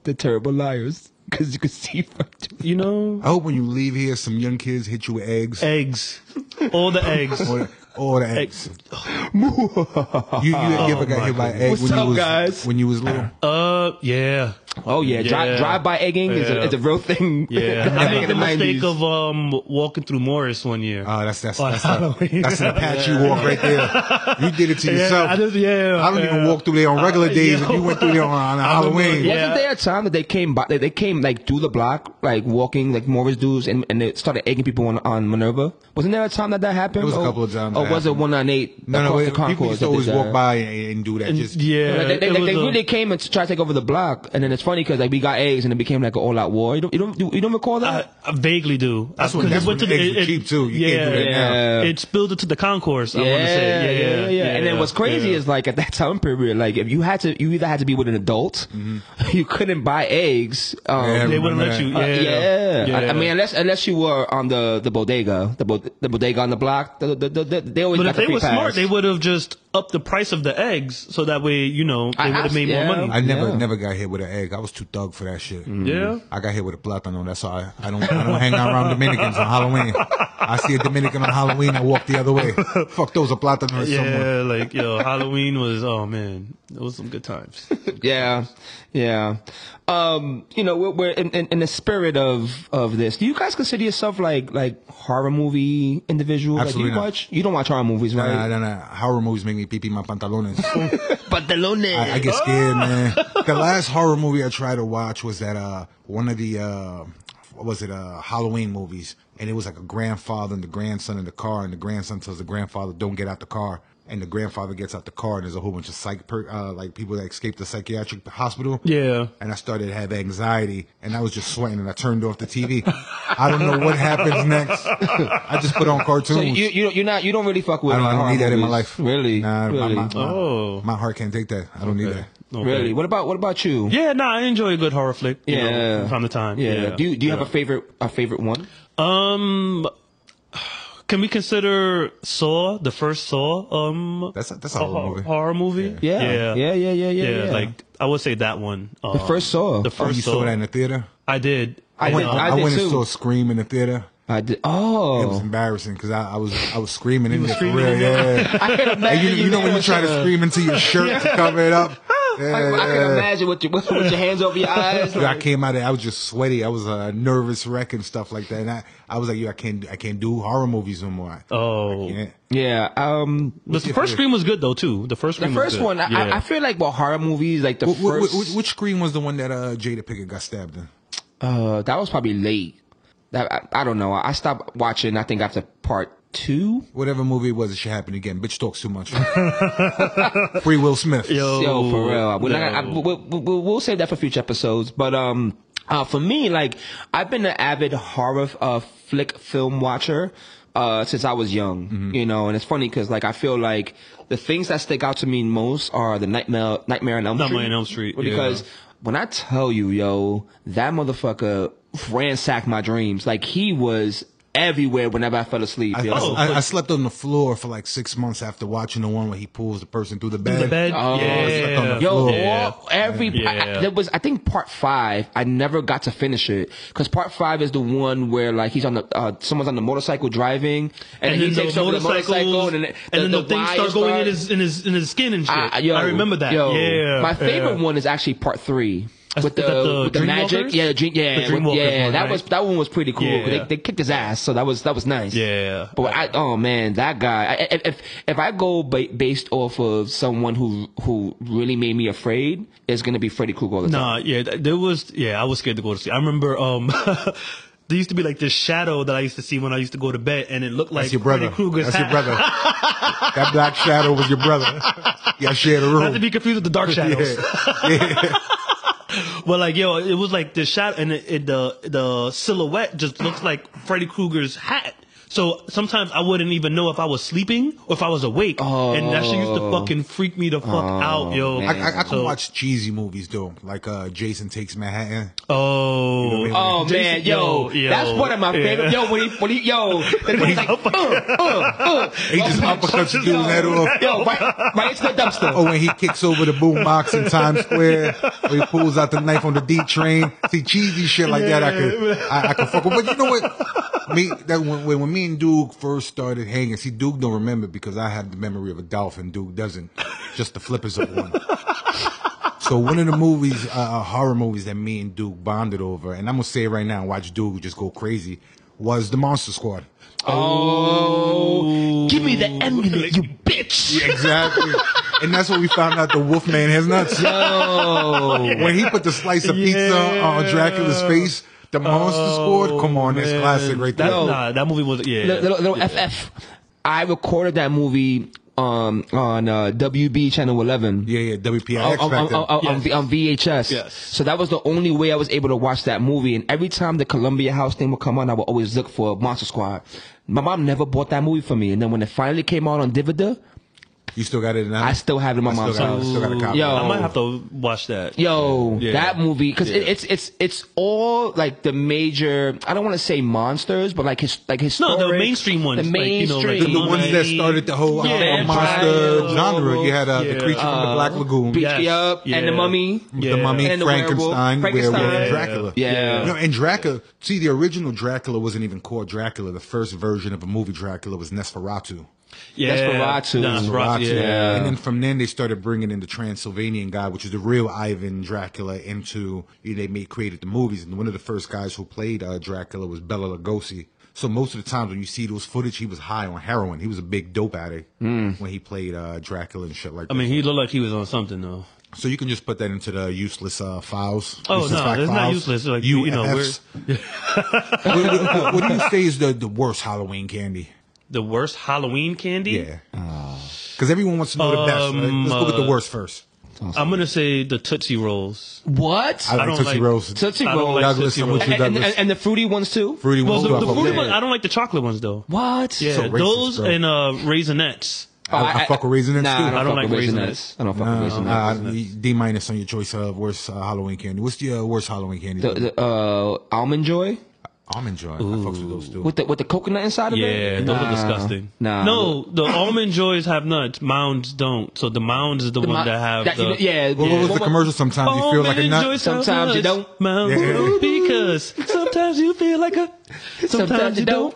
Speaker 2: They're terrible liars because you can see right through
Speaker 4: You know,
Speaker 3: I hope when you leave here, some young kids hit you with eggs.
Speaker 4: eggs, all the eggs.
Speaker 3: All the- all the eggs. you you ever got
Speaker 4: Oh my
Speaker 3: hit by
Speaker 4: goodness.
Speaker 3: egg
Speaker 2: What's
Speaker 3: when you
Speaker 2: up,
Speaker 3: was
Speaker 2: guys?
Speaker 3: when you was little?
Speaker 4: Uh, yeah,
Speaker 2: Oh yeah,
Speaker 4: Yeah.
Speaker 2: Drive, drive-by egging is, a,
Speaker 4: Yeah.
Speaker 2: is a real thing.
Speaker 4: yeah. I
Speaker 2: Back
Speaker 4: made
Speaker 2: in
Speaker 4: the mistake
Speaker 2: 90s.
Speaker 4: of um walking through Morris one year.
Speaker 3: Oh, that's that's
Speaker 4: On
Speaker 3: that's,
Speaker 4: Halloween.
Speaker 3: that's an Apache walk right there. You did it to
Speaker 4: yeah,
Speaker 3: yourself.
Speaker 4: I did- yeah,
Speaker 3: I don't even
Speaker 4: yeah.
Speaker 3: walk through there on regular
Speaker 4: Uh,
Speaker 3: days,
Speaker 4: yo.
Speaker 3: and you went through there on, on
Speaker 4: I remember-
Speaker 3: Halloween.
Speaker 4: yeah.
Speaker 2: Wasn't there a time that they came by? They, they came like through the block, like walking like Morris dudes, and, and they started egging people on, on Minerva. Wasn't there a time that that happened?
Speaker 3: There was a
Speaker 2: Or-
Speaker 3: couple of times
Speaker 2: Or
Speaker 3: that
Speaker 2: was it
Speaker 3: happened.
Speaker 2: one nine eight?
Speaker 3: No, no,
Speaker 2: across
Speaker 3: wait,
Speaker 2: the Concord
Speaker 3: people used to
Speaker 2: that did
Speaker 3: always
Speaker 2: that?
Speaker 3: walk by and, and do that.
Speaker 4: And-
Speaker 3: Just
Speaker 4: yeah,
Speaker 2: Like, they
Speaker 4: it
Speaker 2: they,
Speaker 4: was
Speaker 2: they
Speaker 4: a-
Speaker 2: really came and tried to take over the block, and then it's funny because like we got eggs, and it became like an all-out war. You don't, you don't, you, don't recall
Speaker 4: I,
Speaker 2: that?
Speaker 4: I vaguely do.
Speaker 3: That's when-
Speaker 4: 'Cause it
Speaker 3: that's
Speaker 4: went
Speaker 3: when
Speaker 4: to the-
Speaker 3: eggs were
Speaker 4: it-
Speaker 3: cheap, too. You
Speaker 4: yeah,
Speaker 3: can't do that
Speaker 2: now. Yeah.
Speaker 4: It spilled it to the concourse. I want to say, yeah, yeah,
Speaker 2: And then what's crazy is like at that time period, like if you had to, you either had to be with an adult, you couldn't buy eggs. Um,
Speaker 3: Mm-hmm. Yeah,
Speaker 4: they wouldn't let you.
Speaker 2: Uh,
Speaker 4: Yeah,
Speaker 3: Uh,
Speaker 2: yeah. I, I
Speaker 4: yeah.
Speaker 2: mean, unless unless you were on the the bodega, the bo- the bodega on the block, the, the, the, the, they always
Speaker 4: But
Speaker 2: got
Speaker 4: if
Speaker 2: the
Speaker 4: they
Speaker 2: free
Speaker 4: were
Speaker 2: pass.
Speaker 4: smart, they would have just upped the price of the eggs so that way, you know,
Speaker 2: I-
Speaker 4: they would
Speaker 2: abs-
Speaker 4: have made
Speaker 2: yeah.
Speaker 4: more money.
Speaker 3: I never
Speaker 2: Yeah.
Speaker 3: never got hit with an egg. I was too thug for that shit.
Speaker 4: Yeah.
Speaker 3: I got hit with a plátano. That's all. I, I don't I don't hang out around Dominicans on Halloween. I see a Dominican on Halloween, I walk the other way. Fuck those a plátano is someone.
Speaker 4: Yeah, like yo, Halloween was oh man, it was some good times.
Speaker 2: yeah, yeah. Um, you know, we're, we're in, in, in the spirit of of this. Do you guys consider yourself like like horror movie individuals? like, do
Speaker 3: Absolutely
Speaker 2: you
Speaker 3: not.
Speaker 2: watch? You don't watch horror movies, right?
Speaker 3: Nah, nah, nah. Horror movies make me pee pee my pantalones.
Speaker 2: But the
Speaker 3: I, I get
Speaker 4: Oh.
Speaker 3: scared, man. The last horror movie I tried to watch was that uh one of the uh what was it uh Halloween movies, and it was like a grandfather and the grandson in the car, and the grandson tells the grandfather, "Don't get out the car." And the grandfather gets out the car, and there's a whole bunch of psych, per, uh, like people that escaped the psychiatric hospital.
Speaker 4: Yeah.
Speaker 3: And I started to have anxiety, and I was just sweating, and I turned off the TV. I don't know what happens next. I just put on
Speaker 2: So
Speaker 3: cartoons.
Speaker 2: you you you're not you don't really fuck with.
Speaker 3: I don't, I don't
Speaker 2: horror
Speaker 3: need that in my
Speaker 2: movies.
Speaker 3: life.
Speaker 2: Really,
Speaker 3: Nah, my-
Speaker 2: really,
Speaker 3: My, my-
Speaker 4: Oh.
Speaker 3: my heart can't take that. I don't need that.
Speaker 4: Okay.
Speaker 2: really. What about what about you?
Speaker 4: Yeah, no, I enjoy a good horror flick. You
Speaker 2: Yeah,
Speaker 4: know, from time to time.
Speaker 2: Yeah.
Speaker 4: Yeah.
Speaker 2: Do you, do you
Speaker 4: Yeah.
Speaker 2: have a favorite a favorite one?
Speaker 4: Um, can we consider Saw the first Saw? Um,
Speaker 3: That's a- that's a horror
Speaker 4: hor-
Speaker 3: movie.
Speaker 4: horror movie.
Speaker 2: Yeah.
Speaker 4: yeah,
Speaker 2: Yeah, yeah, yeah, yeah, yeah.
Speaker 4: Like I would say that one. Uh,
Speaker 2: The first Saw.
Speaker 4: The
Speaker 3: Oh, you
Speaker 4: first
Speaker 3: saw
Speaker 4: Saw.
Speaker 3: that in the theater?
Speaker 4: I did. Uh,
Speaker 2: I
Speaker 3: went,
Speaker 2: did- I did
Speaker 3: went
Speaker 2: too.
Speaker 3: and saw Scream in the theater.
Speaker 2: I did.
Speaker 3: It was
Speaker 2: Oh,
Speaker 3: embarrassing because I, I was I was screaming in there for
Speaker 4: screaming
Speaker 3: real.
Speaker 4: in
Speaker 3: Yeah,
Speaker 2: I can
Speaker 3: and
Speaker 2: imagine
Speaker 3: you, you know when you try to scream into your shirt to cover it up. Yeah,
Speaker 2: I, I can
Speaker 3: yeah.
Speaker 2: imagine with your with your hands over your eyes.
Speaker 3: Dude, uh, I came out of it, I was just sweaty. I was a nervous wreck and stuff like that. And I, I was like, yo, I can't I can't do horror movies no more.
Speaker 4: Oh,
Speaker 3: Yeah.
Speaker 2: Yeah. Um.
Speaker 4: the first Scream was good though too. The first
Speaker 2: The
Speaker 4: Scream was
Speaker 2: first
Speaker 4: good.
Speaker 2: one, I, I-
Speaker 4: Yeah.
Speaker 2: I feel like, well, horror movies, like the
Speaker 3: Wh- wh- wh-
Speaker 2: first,
Speaker 3: which screen was the one that uh, Jada Pickett got stabbed in?
Speaker 2: uh, that was probably late. That I, I don't know. I stopped watching. I think after part two.
Speaker 3: Whatever movie it was, it should happen again. Bitch talks too much. Free Will Smith.
Speaker 4: Yo.
Speaker 2: Yo, for real. We're not
Speaker 4: no.
Speaker 2: gonna- I- we- we- we- we'll save that for future episodes. But um, uh, for me, like I've been an avid horror uh, flick film watcher uh, since I was young.
Speaker 4: Mm-hmm.
Speaker 2: You know, and it's funny because like I feel like the things that stick out to me most are the Nightmare Nightmare on Elm Street.
Speaker 4: Nightmare on Elm Street, yeah.
Speaker 2: Because when I tell you, yo, that motherfucker ransacked my dreams. Like he was everywhere whenever I fell asleep.
Speaker 3: I,
Speaker 2: yo.
Speaker 4: Oh,
Speaker 3: I- I, I slept on the floor for like six months after watching the one where he pulls the person through the bed.
Speaker 4: the bed.
Speaker 2: Oh,
Speaker 3: it's like on
Speaker 4: yeah.
Speaker 3: the
Speaker 2: Yo,
Speaker 3: floor.
Speaker 4: yeah.
Speaker 2: all, every I, I-
Speaker 4: Yeah.
Speaker 2: there was I think part five. I never got to finish it because part five is the one where like he's on the uh, someone's on the motorcycle driving and,
Speaker 4: And
Speaker 2: he
Speaker 4: then the
Speaker 2: takes over the motorcycle
Speaker 4: motorcycles,
Speaker 2: and
Speaker 4: and
Speaker 2: then
Speaker 4: then the things
Speaker 2: wires
Speaker 4: start going in his in his in his skin and shit.
Speaker 2: Ah, yo,
Speaker 4: I remember that.
Speaker 2: yo,
Speaker 4: yeah,
Speaker 2: my favorite
Speaker 4: yeah.
Speaker 2: one is actually part three.
Speaker 4: I
Speaker 2: with the,
Speaker 4: got the
Speaker 2: with the
Speaker 4: Dreamwalkers?
Speaker 2: magic. Yeah, the dream, yeah,
Speaker 4: The
Speaker 2: with-
Speaker 4: Dreamwalkers
Speaker 2: yeah.
Speaker 4: one,
Speaker 2: that
Speaker 4: right?
Speaker 2: was that one was pretty cool.
Speaker 4: Yeah.
Speaker 2: They, they kicked his ass, so that was that was nice.
Speaker 4: Yeah.
Speaker 2: But I, oh man, that guy. I, I- if if I go ba- based off of someone who who really made me afraid, it's gonna be Freddy Krueger all the time.
Speaker 4: Nah, yeah, th- there was yeah, I was scared to go to sleep. I remember um there used to be like this shadow that I used to see when I used to go to bed and it looked like
Speaker 3: That's your brother.
Speaker 4: Freddy Krueger's
Speaker 3: That's your
Speaker 4: hat.
Speaker 3: brother. that black shadow was your brother. Y'all shared a
Speaker 4: Not to
Speaker 3: room.
Speaker 4: be confused with the dark shadows. But like yo, it was like the shadow and it, it, the the silhouette just looks like Freddy Krueger's hat. So sometimes I wouldn't even know if I was sleeping or if I was awake, and that shit used to fucking freak me the fuck out, yo.
Speaker 3: I, I, I can
Speaker 4: So-
Speaker 3: watch cheesy movies though, like uh, Jason Takes Manhattan.
Speaker 4: Oh,
Speaker 3: You know what I
Speaker 2: Oh
Speaker 4: Jason-
Speaker 2: man, yo, that's one of my
Speaker 4: yeah.
Speaker 2: favorite. Yo, when he, when he, yo, the dude's like, uh, uh, uh,
Speaker 3: He just uppercuts the dude's head off.
Speaker 2: yo, right, right into the dumpster.
Speaker 3: Or Oh, when he kicks over the boombox in Times Square, or he pulls out the knife on the D train. See, cheesy shit like that, I could, I, I could fuck with. But you know what? Me, that when, when when me and Duke first started hanging, see, Duke don't remember because I have the memory of a dolphin. Duke doesn't. Just the flippers of one. So one of the movies, uh, uh, horror movies that me and Duke bonded over, and I'm gonna say it right now, watch Duke just go crazy, was the Monster Squad.
Speaker 2: Oh, give me the amulet, you bitch.
Speaker 3: Exactly. and that's what we found out the Wolfman has nuts.
Speaker 2: Yo,
Speaker 3: when he put the slice of pizza on Dracula's face, the monster
Speaker 2: Oh,
Speaker 3: scored. Come on, that's
Speaker 4: man.
Speaker 3: classic right there.
Speaker 4: That,
Speaker 2: No.
Speaker 4: Nah, that movie was yeah.
Speaker 2: little, little, little FF. I recorded that movie um, on uh, WB Channel 11.
Speaker 3: Yeah, yeah, WPI
Speaker 2: on,
Speaker 3: X
Speaker 2: on, on,
Speaker 3: Factor.
Speaker 2: on, on
Speaker 4: Yes.
Speaker 2: V- on VHS.
Speaker 4: Yes.
Speaker 2: So that was the only way I was able to watch that movie. And every time the Columbia House thing would come on, I would always look for Monster Squad. My mom never bought that movie for me. And then when it finally came out on DVD,
Speaker 3: You still got it now?
Speaker 2: I still have it in my
Speaker 3: I
Speaker 2: mom's
Speaker 3: still got it.
Speaker 2: house.
Speaker 3: Still got a copy.
Speaker 2: Yo.
Speaker 4: I might have to watch that.
Speaker 2: Yo,
Speaker 4: Yeah.
Speaker 2: that movie because
Speaker 4: Yeah.
Speaker 2: it's it's it's all like the major. I don't want to say monsters, but like his like
Speaker 4: No,
Speaker 2: historic.
Speaker 4: the mainstream ones,
Speaker 2: The
Speaker 4: like, you know, like
Speaker 2: mainstream.
Speaker 3: the, the ones that
Speaker 4: Mummy.
Speaker 3: started the whole uh,
Speaker 4: Yeah,
Speaker 3: monster
Speaker 4: Dracula.
Speaker 3: genre. You had uh,
Speaker 4: Yeah.
Speaker 3: the creature from the Black Lagoon,
Speaker 2: Beach-
Speaker 4: Yes.
Speaker 2: yup, and the
Speaker 4: Yeah.
Speaker 2: mummy.
Speaker 4: Yeah.
Speaker 3: the mummy,
Speaker 2: And the
Speaker 3: Frankenstein,
Speaker 2: werewolf.
Speaker 3: werewolf,
Speaker 2: Frankenstein.
Speaker 3: and Dracula.
Speaker 2: Yeah. Yeah.
Speaker 3: No, and Dracula. See, the original Dracula wasn't even called Dracula. The first version of a movie Dracula was Nesferatu.
Speaker 4: yeah.
Speaker 2: Desperatu.
Speaker 4: Nah, Desperatu,
Speaker 3: Rocky.
Speaker 4: Yeah.
Speaker 3: And then from then they started bringing in the Transylvanian guy, which is the real Ivan Dracula, into you know, they made created the movies. And one of the first guys who played uh, Dracula was Bela Lugosi. So most of the times when you see those footage, he was high on heroin. He was a big dope addict when he played uh, Dracula and shit like that.
Speaker 4: I mean, he looked like he was on something though.
Speaker 3: so you can just put that into the useless uh, files.
Speaker 4: Oh,
Speaker 3: useless
Speaker 4: no,
Speaker 3: fact
Speaker 4: it's not
Speaker 3: files,
Speaker 4: useless. Like, you know,
Speaker 3: UFFs. what, what- what do you say is the, the worst Halloween candy?
Speaker 4: The worst Halloween candy.
Speaker 3: Yeah, because everyone wants to know the best. right?
Speaker 4: Um,
Speaker 3: Let's go with
Speaker 4: uh,
Speaker 3: the worst first.
Speaker 4: I'm gonna say the Tootsie Rolls.
Speaker 2: What?
Speaker 3: I
Speaker 4: I
Speaker 3: like
Speaker 4: don't
Speaker 3: Tootsie
Speaker 4: like-
Speaker 3: Rolls.
Speaker 2: Tootsie
Speaker 4: I don't
Speaker 2: Rolls.
Speaker 4: like
Speaker 3: Douglas,
Speaker 4: Tootsie
Speaker 3: I'm
Speaker 4: Rolls.
Speaker 3: with you,
Speaker 2: and, and,
Speaker 3: Douglas.
Speaker 2: and the fruity ones too.
Speaker 3: Fruity
Speaker 4: Well,
Speaker 3: Rolls.
Speaker 4: the, the
Speaker 3: I fuck
Speaker 4: fruity
Speaker 3: with.
Speaker 4: ones. I don't like the chocolate ones though.
Speaker 2: What?
Speaker 4: Yeah,
Speaker 3: So racist,
Speaker 4: those
Speaker 3: bro.
Speaker 4: and uh, raisinets.
Speaker 3: I- I fuck with Raisinets,
Speaker 2: nah,
Speaker 3: too.
Speaker 2: I
Speaker 4: I don't
Speaker 2: don't, fuck
Speaker 4: like
Speaker 2: with
Speaker 4: Raisinets.
Speaker 2: Raisinets. I don't fuck with
Speaker 3: Uh,
Speaker 2: Raisinets.
Speaker 3: uh, D minus on your choice of worst uh, Halloween candy. What's the uh, worst Halloween candy?
Speaker 2: the, the uh, almond joy
Speaker 3: Almond joy. I fucks with those too.
Speaker 2: with the with the coconut inside of
Speaker 4: Yeah,
Speaker 2: it.
Speaker 4: those
Speaker 2: Nah.
Speaker 4: are disgusting.
Speaker 2: Nah.
Speaker 4: No, the almond joys have nuts. Mounds don't. So the mounds is the,
Speaker 2: The
Speaker 4: one
Speaker 2: mo-
Speaker 4: that have
Speaker 2: that-
Speaker 4: the.
Speaker 2: you know- yeah.
Speaker 3: Well, what was the
Speaker 2: Well,
Speaker 3: commercial? Sometimes you feel like a
Speaker 4: Almond
Speaker 3: nut.
Speaker 4: joys have
Speaker 2: Sometimes you
Speaker 4: nuts.
Speaker 2: don't.
Speaker 4: Mounds
Speaker 3: Yeah.
Speaker 4: because sometimes you feel like a. Sometimes, you don't.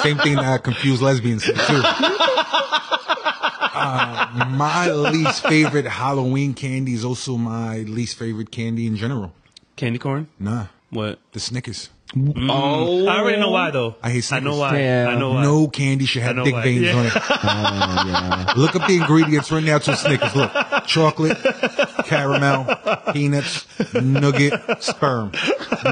Speaker 3: Same thing that confused lesbians said, too. uh, my least favorite Halloween candy is also my least favorite candy in general.
Speaker 4: Candy corn.
Speaker 3: Nah,
Speaker 4: What?
Speaker 3: the Snickers.
Speaker 2: Oh,
Speaker 4: Mm. I already know why though.
Speaker 3: I hate
Speaker 4: I know why.
Speaker 2: Snickers.
Speaker 4: I know why.
Speaker 3: No candy should have
Speaker 4: know
Speaker 3: dick
Speaker 4: why.
Speaker 3: veins
Speaker 4: Yeah.
Speaker 3: on it.
Speaker 2: Oh,
Speaker 3: Look up the ingredients right now to Snickers. Look, chocolate, caramel, peanuts, nugget, sperm.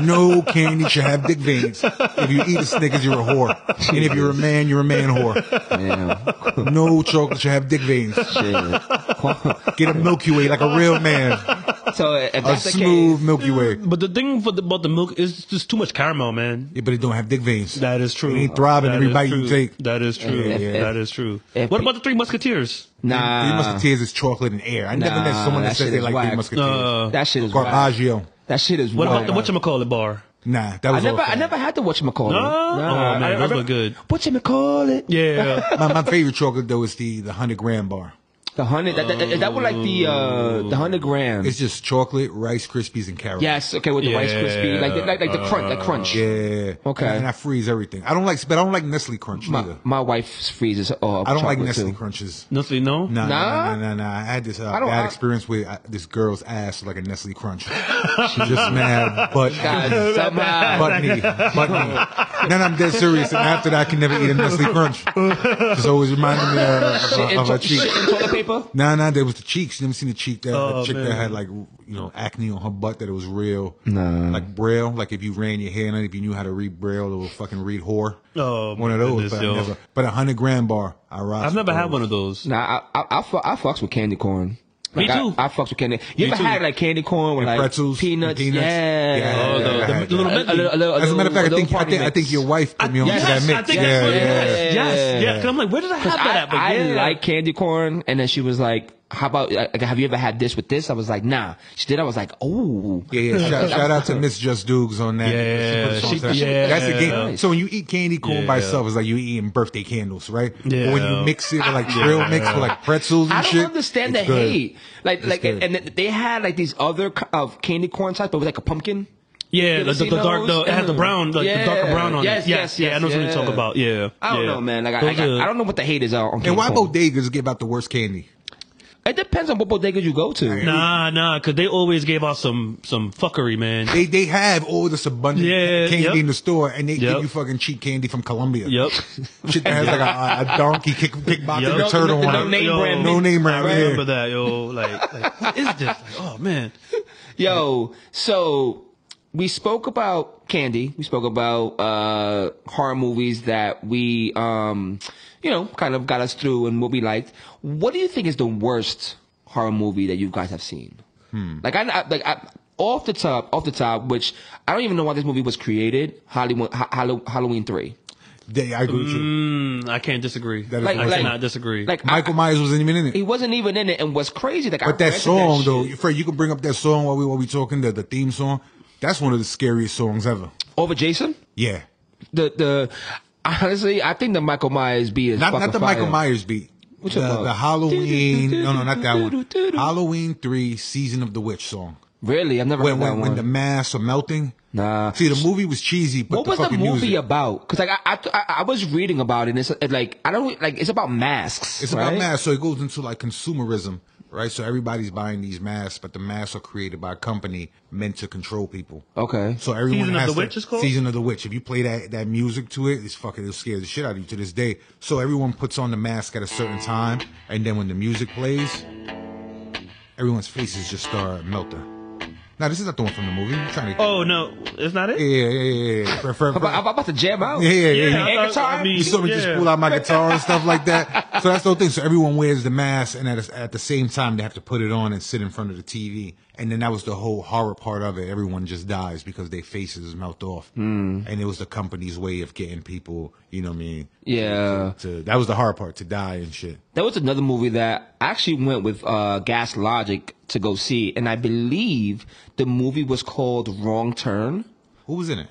Speaker 3: No candy should have dick veins. If you eat a Snickers, you're a whore. And if you're a man, you're a man whore.
Speaker 2: yeah.
Speaker 3: No chocolate should have dick veins.
Speaker 2: Shit.
Speaker 3: Get a Milky Way like a real man.
Speaker 2: so if
Speaker 3: A
Speaker 2: that's the
Speaker 3: smooth
Speaker 2: case,
Speaker 3: Milky Way.
Speaker 4: But the thing for the, about the milk is just too much caramel, man.
Speaker 3: Yeah, but it don't have dick veins.
Speaker 4: That is true.
Speaker 3: It ain't throbbing
Speaker 4: That
Speaker 3: every
Speaker 4: is
Speaker 3: bite you
Speaker 4: true.
Speaker 3: take.
Speaker 4: That is true.
Speaker 3: Yeah, yeah.
Speaker 4: That is true.
Speaker 2: If
Speaker 4: what
Speaker 2: pe-
Speaker 4: about the Three Musketeers?
Speaker 2: nah.
Speaker 3: Three Musketeers is chocolate and air. I never
Speaker 2: Nah,
Speaker 3: met someone that,
Speaker 2: that
Speaker 3: said
Speaker 2: shit
Speaker 3: they
Speaker 2: is
Speaker 3: like Three
Speaker 2: whack.
Speaker 3: Musketeers.
Speaker 4: Uh,
Speaker 2: That shit is wild.
Speaker 3: Garbaggio.
Speaker 2: That shit is
Speaker 4: What
Speaker 2: wild.
Speaker 4: about the whatchamacallit bar?
Speaker 3: Nah, that
Speaker 2: I
Speaker 3: was all
Speaker 2: never, I
Speaker 3: fat.
Speaker 2: never had to watch McCall.
Speaker 4: No? Oh, man, those were good.
Speaker 2: What you call it?
Speaker 4: Yeah.
Speaker 3: my, my favorite chocolate though is the the hundred gram bar.
Speaker 2: The hundred that, that, that, that were like the uh the hundred grams.
Speaker 3: It's just chocolate, Rice Krispies, and carrots.
Speaker 2: yes, okay, with the Rice Krispie, like the, like, like the crunch, like crunch.
Speaker 3: Yeah.
Speaker 2: Okay.
Speaker 3: And I freeze everything. I don't like, but I don't like Nestle Crunch
Speaker 2: My,
Speaker 3: either.
Speaker 2: my wife freezes. Uh,
Speaker 3: I don't like
Speaker 2: chocolate,
Speaker 3: Nestle
Speaker 2: too.
Speaker 3: Crunches.
Speaker 4: Nothing, no?
Speaker 2: Nah?
Speaker 3: Nah, nah, nah, nah, nah. I had this uh,
Speaker 2: don't-
Speaker 3: bad
Speaker 2: I-
Speaker 3: experience with uh, this girl's ass like a Nestle Crunch. She just mad, but
Speaker 2: God, somehow.
Speaker 3: butt me, butt me. Then I'm dead serious, and after that, I can never eat a Nestle Crunch. Just always reminding me of, uh, of,
Speaker 2: shit,
Speaker 3: of
Speaker 2: and
Speaker 3: her
Speaker 2: to- shit
Speaker 3: cheek.
Speaker 2: and toilet paper.
Speaker 3: Nah, nah, there was the cheeks. You never seen the cheek that
Speaker 4: Oh,
Speaker 3: the chick
Speaker 4: man.
Speaker 3: that had like you know acne on her butt that it was real. Nah, like braille. Like if you ran your hand on it, if you knew how to read braille, it would fucking read whore.
Speaker 4: Oh,
Speaker 3: one of
Speaker 4: my
Speaker 3: those.
Speaker 4: goodness,
Speaker 3: but, I
Speaker 4: yo.
Speaker 3: never- but a hundred gram bar, I rock.
Speaker 4: I've never had one of those.
Speaker 2: Nah, I, I, I, fu- I fucks with candy corn.
Speaker 4: Me
Speaker 2: Like, I-
Speaker 4: too.
Speaker 2: I, fucks with candy. You
Speaker 4: Me
Speaker 2: ever
Speaker 4: too.
Speaker 2: had like candy corn with
Speaker 3: And
Speaker 2: like
Speaker 3: pretzels,
Speaker 2: peanuts?
Speaker 3: and peanuts.
Speaker 2: Yeah.
Speaker 3: Yeah.
Speaker 4: Oh,
Speaker 3: I
Speaker 4: the,
Speaker 3: had
Speaker 4: the little
Speaker 3: that.
Speaker 4: mint.
Speaker 2: A little- a little- a
Speaker 3: As a matter of
Speaker 2: little-
Speaker 3: fact, I think, I,
Speaker 2: party
Speaker 3: think, I
Speaker 2: mix.
Speaker 3: think your wife put me on
Speaker 4: yes,
Speaker 3: to that mix.
Speaker 4: I think
Speaker 3: yeah,
Speaker 4: that's what
Speaker 3: yeah.
Speaker 4: it is. Yes,
Speaker 2: Yeah.
Speaker 4: yeah. 'Cause I'm like, where did I have that
Speaker 2: I,
Speaker 4: at? But
Speaker 2: I
Speaker 4: yeah.
Speaker 2: like candy corn, and then she was like, "How about? Like, have you ever had this with this?" I was like, "Nah." She did. I was like, "Oh,
Speaker 3: Yeah, yeah. Shout, shout out to Miss Just Dugs on
Speaker 4: Yeah,
Speaker 3: that. She put us on
Speaker 4: she-
Speaker 3: to that.
Speaker 4: yeah.
Speaker 3: That's the game.
Speaker 2: Nice.
Speaker 3: So when you eat candy corn by
Speaker 4: Yeah.
Speaker 3: itself, it's like you eating birthday candles, right?
Speaker 4: Yeah.
Speaker 3: But when you mix it with like trail mix with like pretzels and
Speaker 2: I don't
Speaker 3: shit,
Speaker 2: understand the
Speaker 3: it's good.
Speaker 2: hate. Like, like,
Speaker 3: good.
Speaker 2: and they had like these other c- of candy corn types, but it was like a pumpkin.
Speaker 4: Yeah,
Speaker 2: You
Speaker 4: the,
Speaker 2: ever
Speaker 4: the,
Speaker 2: seen
Speaker 4: the dark, the,
Speaker 2: those?
Speaker 4: it had the
Speaker 2: Mm.
Speaker 4: brown, like the darker
Speaker 2: Yeah.
Speaker 4: brown on
Speaker 2: Yes,
Speaker 4: it.
Speaker 2: yes,
Speaker 4: yeah, I know
Speaker 2: yes,
Speaker 4: what you're
Speaker 2: yeah.
Speaker 4: talking about. Yeah,
Speaker 2: I don't
Speaker 4: yeah.
Speaker 2: know, man. Like, I,
Speaker 4: Those
Speaker 2: I, got,
Speaker 4: are-
Speaker 2: I don't know what the hate is out on candy
Speaker 3: And why
Speaker 2: corn.
Speaker 3: bodegas give out the worst candy?
Speaker 2: it depends on what bodega you go to.
Speaker 4: Nah, nah, because they always gave out some some fuckery, man.
Speaker 3: They they have all this abundant
Speaker 4: Yeah,
Speaker 3: candy
Speaker 4: yep.
Speaker 3: in the store, and they
Speaker 4: Yep.
Speaker 3: give you fucking cheap candy from Colombia.
Speaker 4: Yep.
Speaker 3: Shit that has like a, a donkey kick, kickboxing
Speaker 4: Yep.
Speaker 3: a turtle
Speaker 2: No,
Speaker 3: on
Speaker 2: no
Speaker 3: it.
Speaker 2: name brand.
Speaker 3: No name brand,
Speaker 4: I
Speaker 3: yeah.
Speaker 4: remember that, yo. Like, like, what is this? Like, oh man.
Speaker 2: Yo, so we spoke about candy. We spoke about uh, horror movies that we, um, you know, kind of got us through and what we liked. What do you think is the worst horror movie that you guys have seen?
Speaker 3: Hmm.
Speaker 2: Like, I, I like I, off the top, off the top, which I don't even know why this movie was created. Hollywood, Ha- Hallo- Halloween three.
Speaker 3: They, I agree with you.
Speaker 4: Mm, I can't disagree.
Speaker 3: That is
Speaker 4: I
Speaker 3: Like- like-
Speaker 4: cannot disagree.
Speaker 2: Like I-
Speaker 3: Michael Myers wasn't even in it.
Speaker 2: he wasn't even in it, and what's crazy, like I
Speaker 3: But that
Speaker 2: rented
Speaker 3: song
Speaker 2: shit.
Speaker 3: though, Fred, you could bring up that song while we while we talking the the theme song. That's one of the scariest songs ever.
Speaker 2: over Jason.
Speaker 3: Yeah,
Speaker 2: The the honestly, I think the Michael Myers beat is
Speaker 3: not
Speaker 2: fucking
Speaker 3: not the
Speaker 2: fire.
Speaker 3: Michael Myers beat.
Speaker 2: What you
Speaker 3: the,
Speaker 2: about?
Speaker 3: the Halloween, no, no, not that one.
Speaker 2: Do-do-do-do-do-do-do-do.
Speaker 3: Halloween three, season of the witch song.
Speaker 2: Really, I've never
Speaker 3: When
Speaker 2: heard that
Speaker 3: when, when
Speaker 2: one.
Speaker 3: the masks are melting.
Speaker 2: Nah.
Speaker 3: See, the movie was cheesy, but
Speaker 2: what
Speaker 3: the
Speaker 2: was the
Speaker 3: fucking
Speaker 2: movie
Speaker 3: music.
Speaker 2: about? Because like I, I I I was reading about it. and It's it, like I don't like it's about masks.
Speaker 3: It's
Speaker 2: right?
Speaker 3: about masks, so it goes into like consumerism, right? So everybody's buying these masks, but the masks are created by a company meant to control people.
Speaker 2: Okay.
Speaker 3: So everyone
Speaker 4: Season of
Speaker 3: has
Speaker 4: the
Speaker 3: to-
Speaker 4: Witch is called?
Speaker 3: Season of the Witch. If you play that that music to it, it's fucking it'll scare the shit out of you to this day. So everyone puts on the mask at a certain time, and then when the music plays, everyone's faces just start melting. Now this is not the one from the movie. I'm trying to.
Speaker 4: oh no, it's not it.
Speaker 3: Yeah, yeah, yeah, yeah. Fr- fr-
Speaker 2: I'm, about- I'm about to jam out.
Speaker 3: yeah, yeah, yeah.
Speaker 4: Yeah, I,
Speaker 2: Air
Speaker 4: thought-
Speaker 2: guitar?
Speaker 4: I mean,
Speaker 3: You saw me
Speaker 4: yeah.
Speaker 3: just pull out my guitar and stuff like that. So that's the whole thing. So everyone wears the mask, and at, at the same time, they have to put it on and sit in front of the TV. And then that was the whole horror part of it. Everyone just dies because their faces melt off. Mm. And it was the company's way of getting people, you know what I mean?
Speaker 2: Yeah.
Speaker 3: To, that was the hard part, to die and shit.
Speaker 2: There was another movie that I actually went with uh, Gas Logic to go see, and I believe the movie was called Wrong Turn.
Speaker 3: Who was in it?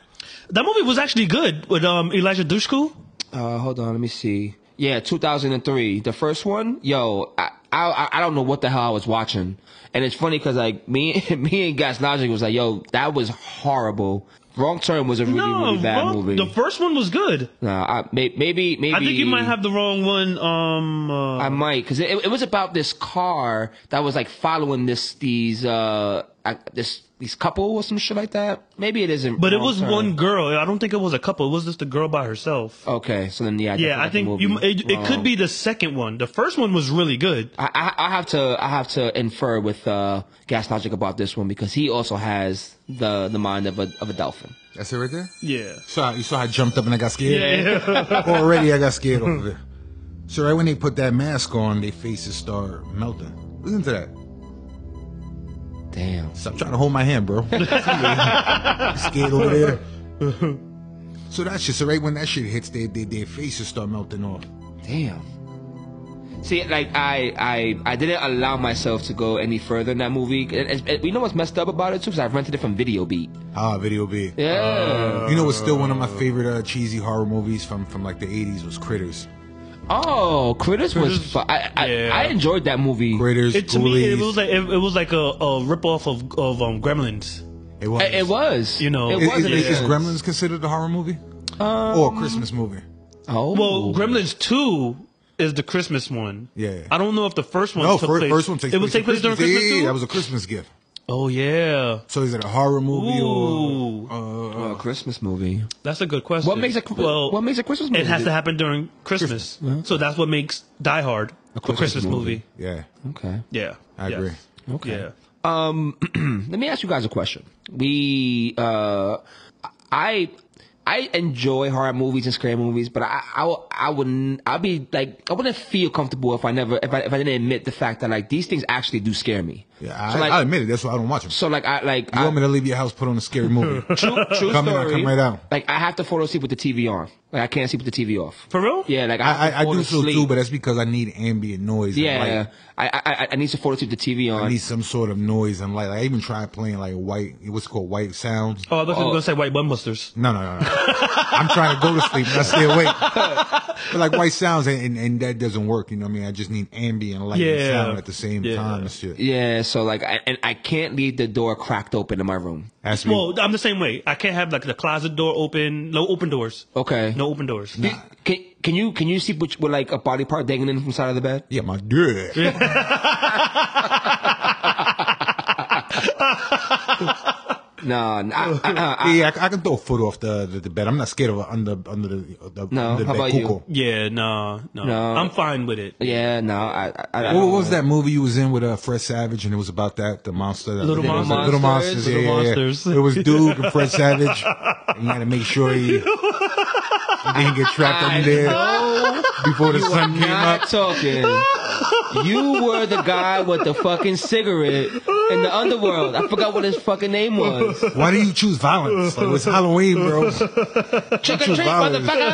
Speaker 4: That movie was actually good with um Elijah Dushku.
Speaker 2: Uh, hold on, let me see. Yeah, 2003. The first one, yo, I, I, I don't know what the hell I was watching. And it's funny because like me, me and Gas Logic was like, yo, that was horrible. Wrong Turn was a really,
Speaker 4: No,
Speaker 2: really bad
Speaker 4: wrong-
Speaker 2: movie.
Speaker 4: the first one was good.
Speaker 2: nah, I, may, maybe, maybe.
Speaker 4: I think you might have the wrong one. Um, uh,
Speaker 2: I might, cause it, it was about this car that was like following this, these, uh, I, this, these couple or some shit like that. Maybe it isn't.
Speaker 4: but it
Speaker 2: Wrong
Speaker 4: was
Speaker 2: Turn.
Speaker 4: one girl. I don't think it was a couple. It was just the girl by herself.
Speaker 2: Okay, so then yeah.
Speaker 4: yeah, I
Speaker 2: definitely
Speaker 4: think
Speaker 2: the
Speaker 4: you.
Speaker 2: movie
Speaker 4: It, it
Speaker 2: Wrong.
Speaker 4: could be the second one. The first one was really good.
Speaker 2: I, I I have to I have to infer with uh, Gas Logic about this one because he also has the the mind of a of a dolphin.
Speaker 3: That's it right there?
Speaker 4: Yeah.
Speaker 3: So I- you saw I jumped up and I got scared?
Speaker 4: Yeah.
Speaker 3: Already I got scared over it. So right when they put that mask on, their faces start melting. Listen to that.
Speaker 2: Damn.
Speaker 3: Stop trying to hold my hand, bro. Scared over there. So that shit, so right when that shit hits, their their, their faces start melting off.
Speaker 2: Damn. See, like I, I, I didn't allow myself to go any further in that movie. And, and- and you know what's messed up about it too? Because I rented it from Video Beat.
Speaker 3: Ah, video B.
Speaker 2: Yeah.
Speaker 3: You know what's still one of my favorite uh, cheesy horror movies from from like the '80s was Critters.
Speaker 2: Oh, Critters, was
Speaker 4: Critters-
Speaker 2: fu- I, I,
Speaker 4: yeah.
Speaker 2: I enjoyed that movie.
Speaker 3: Critters,
Speaker 4: It, to me, it
Speaker 3: Ghoulies.
Speaker 4: was like it, it was like a, a ripoff of of um, Gremlins.
Speaker 3: It was.
Speaker 2: I- it was.
Speaker 4: You know,
Speaker 2: it Um,
Speaker 3: Is,
Speaker 2: was.
Speaker 3: is-
Speaker 2: in a
Speaker 3: is
Speaker 2: sense.
Speaker 3: Gremlins considered a horror movie or a Christmas movie?
Speaker 2: Oh,
Speaker 4: Well, Gremlins two is the Christmas one.
Speaker 3: Yeah.
Speaker 4: I don't know if the first one.
Speaker 3: No,
Speaker 4: took
Speaker 3: first,
Speaker 4: place.
Speaker 3: first one takes
Speaker 4: It was take place
Speaker 3: on
Speaker 4: during Christmas
Speaker 3: Yeah,
Speaker 4: too.
Speaker 3: that was a Christmas gift.
Speaker 4: oh yeah,
Speaker 3: So is it a horror movie
Speaker 4: Ooh.
Speaker 3: or? Uh,
Speaker 2: Oh, A Christmas movie.
Speaker 4: that's a good question.
Speaker 2: What makes a
Speaker 4: well?
Speaker 2: What makes a Christmas movie?
Speaker 4: It has to happen during Christmas,
Speaker 3: uh-huh.
Speaker 4: so that's what makes Die Hard a Christmas, movie.
Speaker 3: yeah,
Speaker 2: Okay.
Speaker 4: Yeah,
Speaker 3: I
Speaker 4: Yes.
Speaker 3: agree.
Speaker 2: Okay.
Speaker 4: Yeah.
Speaker 2: Um, Let me ask you guys a question. We, uh, I, I enjoy horror movies and scary movies, but I, I, I wouldn't, I'd be like, I wouldn't feel comfortable if I never, if I, if I didn't admit the fact that like these things actually do scare me.
Speaker 3: yeah. I,
Speaker 2: So like,
Speaker 3: I admit it. That's why I don't watch them.
Speaker 2: so like, I like,
Speaker 3: You
Speaker 2: I,
Speaker 3: want me to leave your house, put on a scary movie?
Speaker 2: true, true
Speaker 3: Come in, I
Speaker 2: story.
Speaker 3: come right out.
Speaker 2: Like I have to fall asleep with the TV on. Like I can't sleep with the TV off.
Speaker 4: For real?
Speaker 2: Yeah, like I,
Speaker 3: I,
Speaker 2: have to
Speaker 3: I, I
Speaker 2: fall
Speaker 3: do so
Speaker 2: asleep.
Speaker 3: too, but that's because I need ambient noise. and
Speaker 2: yeah,
Speaker 3: light.
Speaker 2: I, I, I- I need to fall asleep with the TV on.
Speaker 3: I need some sort of noise and light. Like, I even tried playing like white, what's it called white sounds.
Speaker 4: Oh, I thought you
Speaker 2: Oh.
Speaker 4: were gonna say White Busters.
Speaker 3: No, no, no, no. I'm trying to go to sleep, but I stay awake. but like white sounds, and, and, and that doesn't work. You know what I mean? I just need ambient light and
Speaker 4: Yeah.
Speaker 3: sound at the same
Speaker 4: Yeah.
Speaker 3: time and shit.
Speaker 2: Yeah, so like, I, and I can't leave the door cracked open in my room.
Speaker 3: That's me.
Speaker 4: Well, I'm the same way. I can't have like the closet door open. No open doors.
Speaker 2: Okay.
Speaker 4: No open doors.
Speaker 2: Do- Can, can you can you see with, with like a body part dangling from the side of the bed?
Speaker 3: yeah, my dude.
Speaker 2: Nah, nah, I, I, I, I-
Speaker 3: yeah, I, I can throw a foot off the, the, the bed. I'm not scared of a under under the, the
Speaker 2: No,
Speaker 3: under the
Speaker 2: how
Speaker 3: bed
Speaker 2: about you?
Speaker 3: cuckoo.
Speaker 4: Yeah, no, no,
Speaker 2: No.
Speaker 4: I'm fine with it.
Speaker 2: yeah, no, I. I, I
Speaker 3: What was that movie you was in with uh, Fred Savage and it was about that the monster, that,
Speaker 4: Little
Speaker 3: it was like
Speaker 2: Monsters.
Speaker 3: little monsters,
Speaker 4: Little
Speaker 3: yeah, yeah, yeah.
Speaker 4: Monsters.
Speaker 3: It was Duke and Fred Savage. and you had to make sure he, he didn't get trapped
Speaker 2: I
Speaker 3: under there
Speaker 2: know
Speaker 3: before the sun
Speaker 2: I'm
Speaker 3: came up.
Speaker 2: not talking. You were the guy with the fucking cigarette in the underworld. I forgot what his fucking name was.
Speaker 3: Why do you choose violence? Like, it's Halloween, bro.
Speaker 2: Trick or
Speaker 3: Too
Speaker 2: treat,
Speaker 3: violent.
Speaker 2: motherfucker.